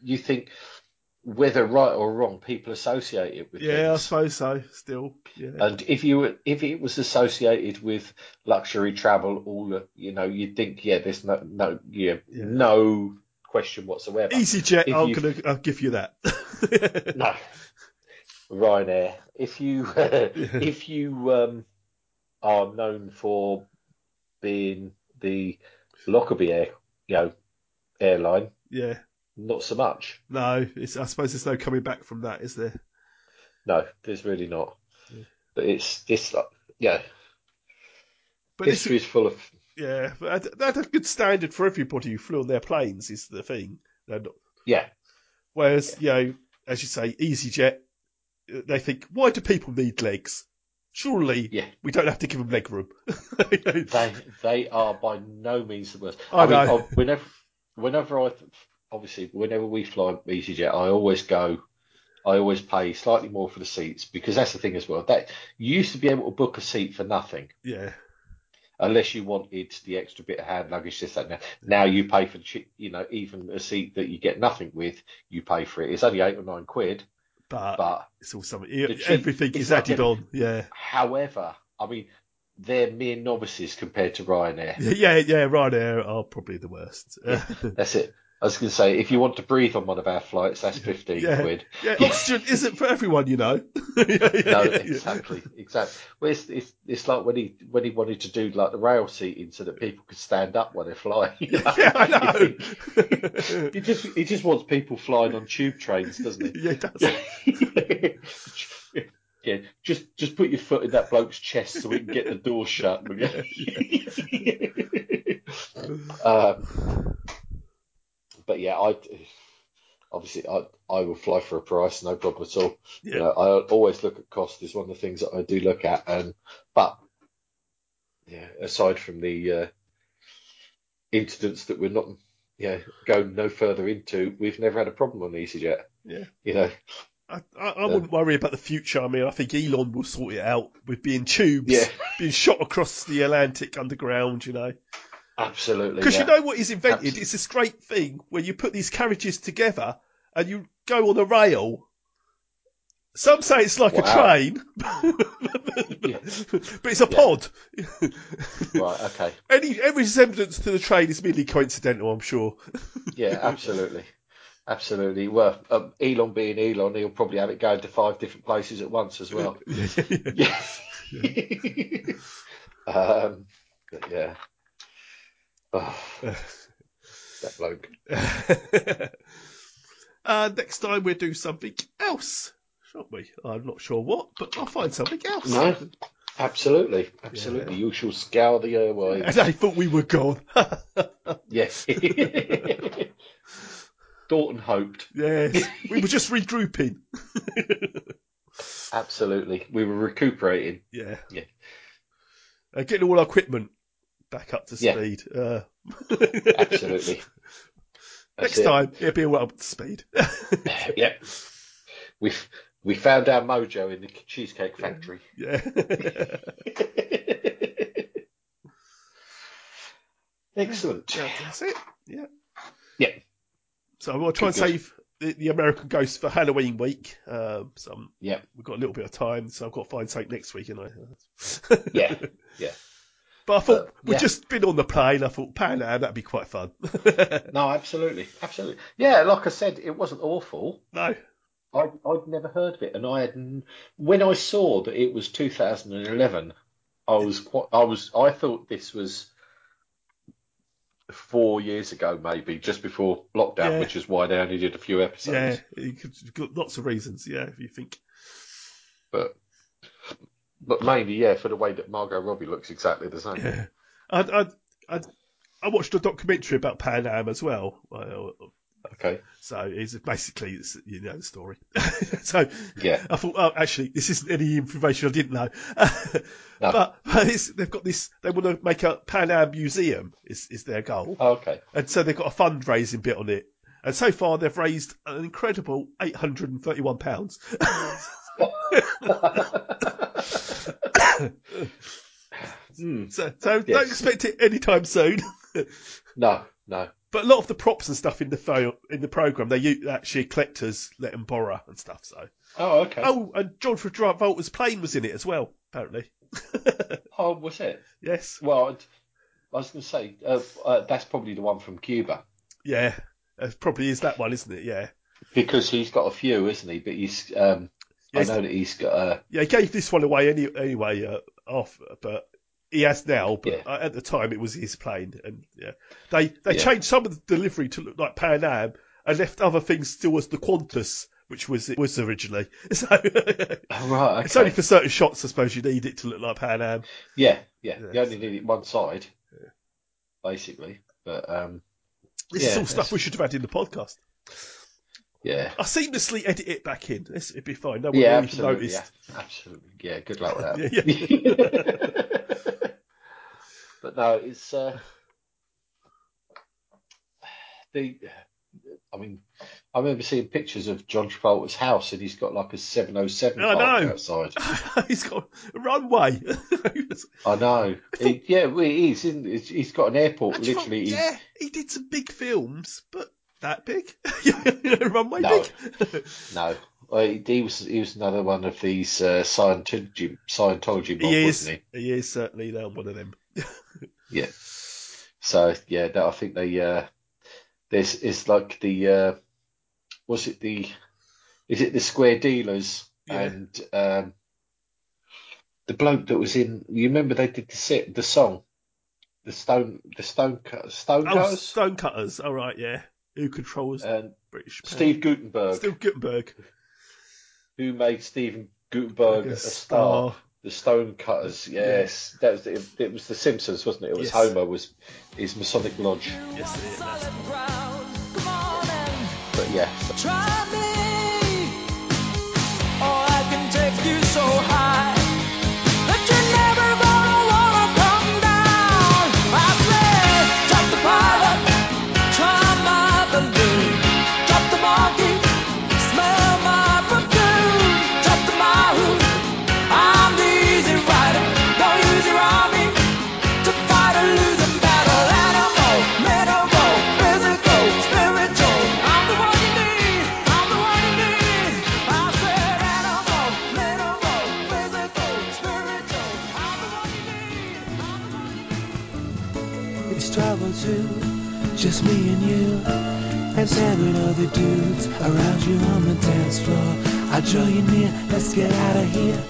D: you think whether right or wrong, people associate it with
C: yeah, I
D: things.
C: suppose so. Still, yeah,
D: And if you were, if it was associated with luxury travel, all the, you know, you'd think, yeah, there's no no yeah, no question whatsoever.
C: EasyJet.
D: If
C: I'm
D: you-
C: gonna I'll give you that.
D: no, Ryanair. If you if you um, are known for being the Lockerbie air, you know, airline,
C: Yeah,
D: not so much.
C: no, it's, I suppose there's no coming back from that, is there?
D: No, there's really not.
C: Mm.
D: But it's it's like yeah.
C: But this-
D: history is full of
C: Yeah, but that- that's a good standard for everybody who flew on their planes is the thing. They're not-
D: yeah.
C: Whereas you know, as you say, EasyJet, uh, they think, why do people need legs? Surely we don't have to give them leg room.
D: they they are by no means the worst.
C: I
D: mean,
C: know.
D: I- whenever whenever I obviously whenever we fly EasyJet, I always go. I always pay slightly more for the seats because that's the thing as well. That you used to be able to book a seat for nothing
C: Yeah,
D: unless you wanted the extra bit of hand luggage, this, that, and that. Now you pay for, the chi- you know, even a seat that you get nothing with, you pay for it. It's only eight or nine quid,
C: but,
D: but
C: it's all something. E-
D: the cheap-
C: Everything is
D: it's like
C: added
D: a-
C: on. Yeah,
D: However, I mean, they're mere novices compared to Ryanair.
C: yeah, yeah. Ryanair are probably the worst. Uh,
D: That's it. I was going to say, if you want to breathe on one of our flights, that's 15
C: yeah,
D: quid.
C: yeah. Oxygen isn't for everyone, you know.
D: No, exactly, exactly. Well, it's, it's it's like when he when he wanted to do like the rail seating so that people could stand up while they're flying. yeah, I know. he just he just wants people flying on tube trains, doesn't he?
C: Yeah,
D: yeah. Just just put your foot in that bloke's chest so we can get the door shut. will you? um, but yeah, I obviously I I will fly for a price, no problem at all. You know, I always look at cost is one of the things that I do look at, and but yeah, aside from the uh, incidents that we're not yeah going no further into, we've never had a problem on EasyJet.
C: Yeah.
D: You know,
C: I, I, I wouldn't worry about the future. I mean, I think Elon will sort it out with being tubes,
D: Yeah.
C: being shot across the Atlantic underground, you know.
D: absolutely.
C: Because
D: yeah.
C: you know what he's invented? It's this great thing where you put these carriages together and you go on a rail. Some say it's like
D: Wow.
C: a train, but it's a pod.
D: right? Okay.
C: Any every resemblance to the train is merely coincidental, I'm sure.
D: Yeah, absolutely. Absolutely. Well, um, Elon being Elon, he'll probably have it going to five different places at once as well. yes. um, but yeah. Oh, that bloke.
C: Uh, next time we'll do something else, shan't we? I'm not sure what, but I'll find something else.
D: No, absolutely. Absolutely. You shall scour the
C: And
D: airwaves.
C: they thought we were gone.
D: yes. Thornton hoped.
C: yes, we were just regrouping.
D: Absolutely. We were recuperating.
C: Yeah.
D: Yeah.
C: Uh, getting all our equipment back up to
D: Yeah.
C: speed. Uh,
D: Absolutely.
C: next
D: That's it.
C: time, it'll be all up to speed.
D: yep. We we found our mojo in the cheesecake factory.
C: Yeah.
D: Excellent.
C: Yeah, that's it. Yeah.
D: Yeah.
C: So we'll try and
D: Good, good.
C: save the, the American Ghost for Halloween week. Um, so I'm-
D: Yeah.
C: we've got a little bit of time, so I've got to find something next week, and I.
D: Yeah. Yeah.
C: But I thought we'd
D: Uh, yeah.
C: just been on the plane. I thought Pan Am, that'd be quite fun.
D: No, absolutely, absolutely. Yeah, like I said, it wasn't awful.
C: No.
D: I I'd never heard of it, and I had n- when I saw that it was 2011, I was quite I was I thought this was four years ago, maybe just before lockdown,
C: Yeah.
D: which is why they only did a few
C: Yeah,
D: episodes.
C: you could, you've got lots of reasons. Yeah, if you think
D: But but mainly, yeah, for the way that Margot Robbie looks exactly the same.
C: Yeah. I'd, I'd, I'd, I watched a documentary about Pan Am as well. uh, Okay. So it's basically it's, you know the story. so
D: Yeah.
C: I thought, oh, actually, this isn't any information I didn't know. But, but it's, they've got this. They want to make a Pan Am museum. Is is their goal?
D: Oh, Okay.
C: And so they've got a fundraising bit on it. And so far, they've raised an incredible eight hundred and thirty-one pounds. So, so don't expect it anytime soon.
D: no, no.
C: But a lot of the props and stuff in the fo- in the program, they u- actually collectors let them borrow and stuff. So.
D: Oh, okay.
C: Oh, and John Travolta's plane was in it as well. Apparently.
D: Oh, was it?
C: Yes.
D: Well, I'd- I was going to say uh, uh, that's probably the one from Cuba
C: Yeah. It probably is that one, isn't it? Yeah.
D: because he's got a few, isn't he? But he's um,
C: Yes.
D: I know that he's got uh,
C: Yeah, he gave this one away any, anyway, uh, off, but he has now. But uh, at the time, it was his plane, and yeah, they they
D: Yeah.
C: changed some of the delivery to look like Pan Am, and left other things still as the Qantas, which was it was originally. So
D: right,
C: it's only for certain shots, I suppose, you need it to look like Pan Am.
D: yeah, yeah. You only need it one side, basically. But um,
C: This
D: yeah,
C: is all
D: that's-
C: stuff we should have had in the podcast.
D: Yeah,
C: I seamlessly edit it back in. This it'd be fine. No one
D: yeah,
C: will even
D: absolutely,
C: noticed.
D: yeah, absolutely. Yeah, good luck with that.
C: Yeah, yeah.
D: but no, it's uh, the. I mean, I remember seeing pictures of John Travolta's house, and he's got like a 707
C: I
D: parked
C: know.
D: outside.
C: He's got a runway.
D: I know. He- yeah, well, he is, isn't he? He's- He's got an airport, literally. He's-
C: yeah, he did some big films, but that big? Runway
D: No.
C: big?
D: No, well, he, he was he was another one of these uh, Scientology Scientology mob,
C: he is.
D: wasn't
C: He? is certainly now one of them.
D: he? Yeah. So yeah, that, I think they uh, this is like the uh, was it the is it the Square Dealers
C: Yeah.
D: and um, the bloke that was in? You remember they did the sit the song, the stone the stone stone
C: Oh, Stonecutters. All right, yeah. Who controls British? pound?
D: Uh, Steve Gutenberg.
C: Steve Gutenberg.
D: who made Stephen Gutenberg
C: Like a
D: a star.
C: star.
D: The Stonecutters, yes, that was it, it. Was the Simpsons, wasn't it? It was
C: Yes.
D: Homer was his Masonic lodge,
C: Yes, it is.
D: but yeah,
R: Try me, or I can take you so high that you're never gonna wanna come down. I say, drop the pilot, try my balloon, drop the monkey, smell my perfume, drop the Mahu. I'm the easy rider, don't use your army to fight or lose a battle. Animal, mineral, physical, spiritual. I'm the one you need. I'm the one you need. I said animal, mineral, physical, spiritual. I'm the one you need. I'm the one you need. It's travel to just me and you and seven other dudes around you on the dance floor. I draw you near, let's get out of here.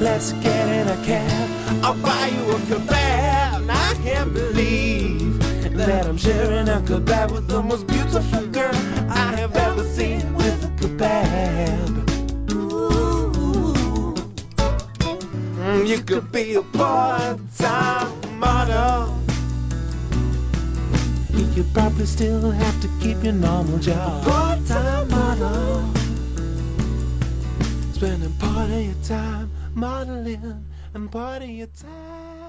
R: Let's get in a cab. I'll buy you a kebab. And I can't believe that I'm sharing a kebab with the most beautiful girl I have ever seen with a kebab. Ooh. Mm, You could be a part-time model. You could probably still have to keep your normal job. Part-time model. Spending part of your time modeling and part of your time.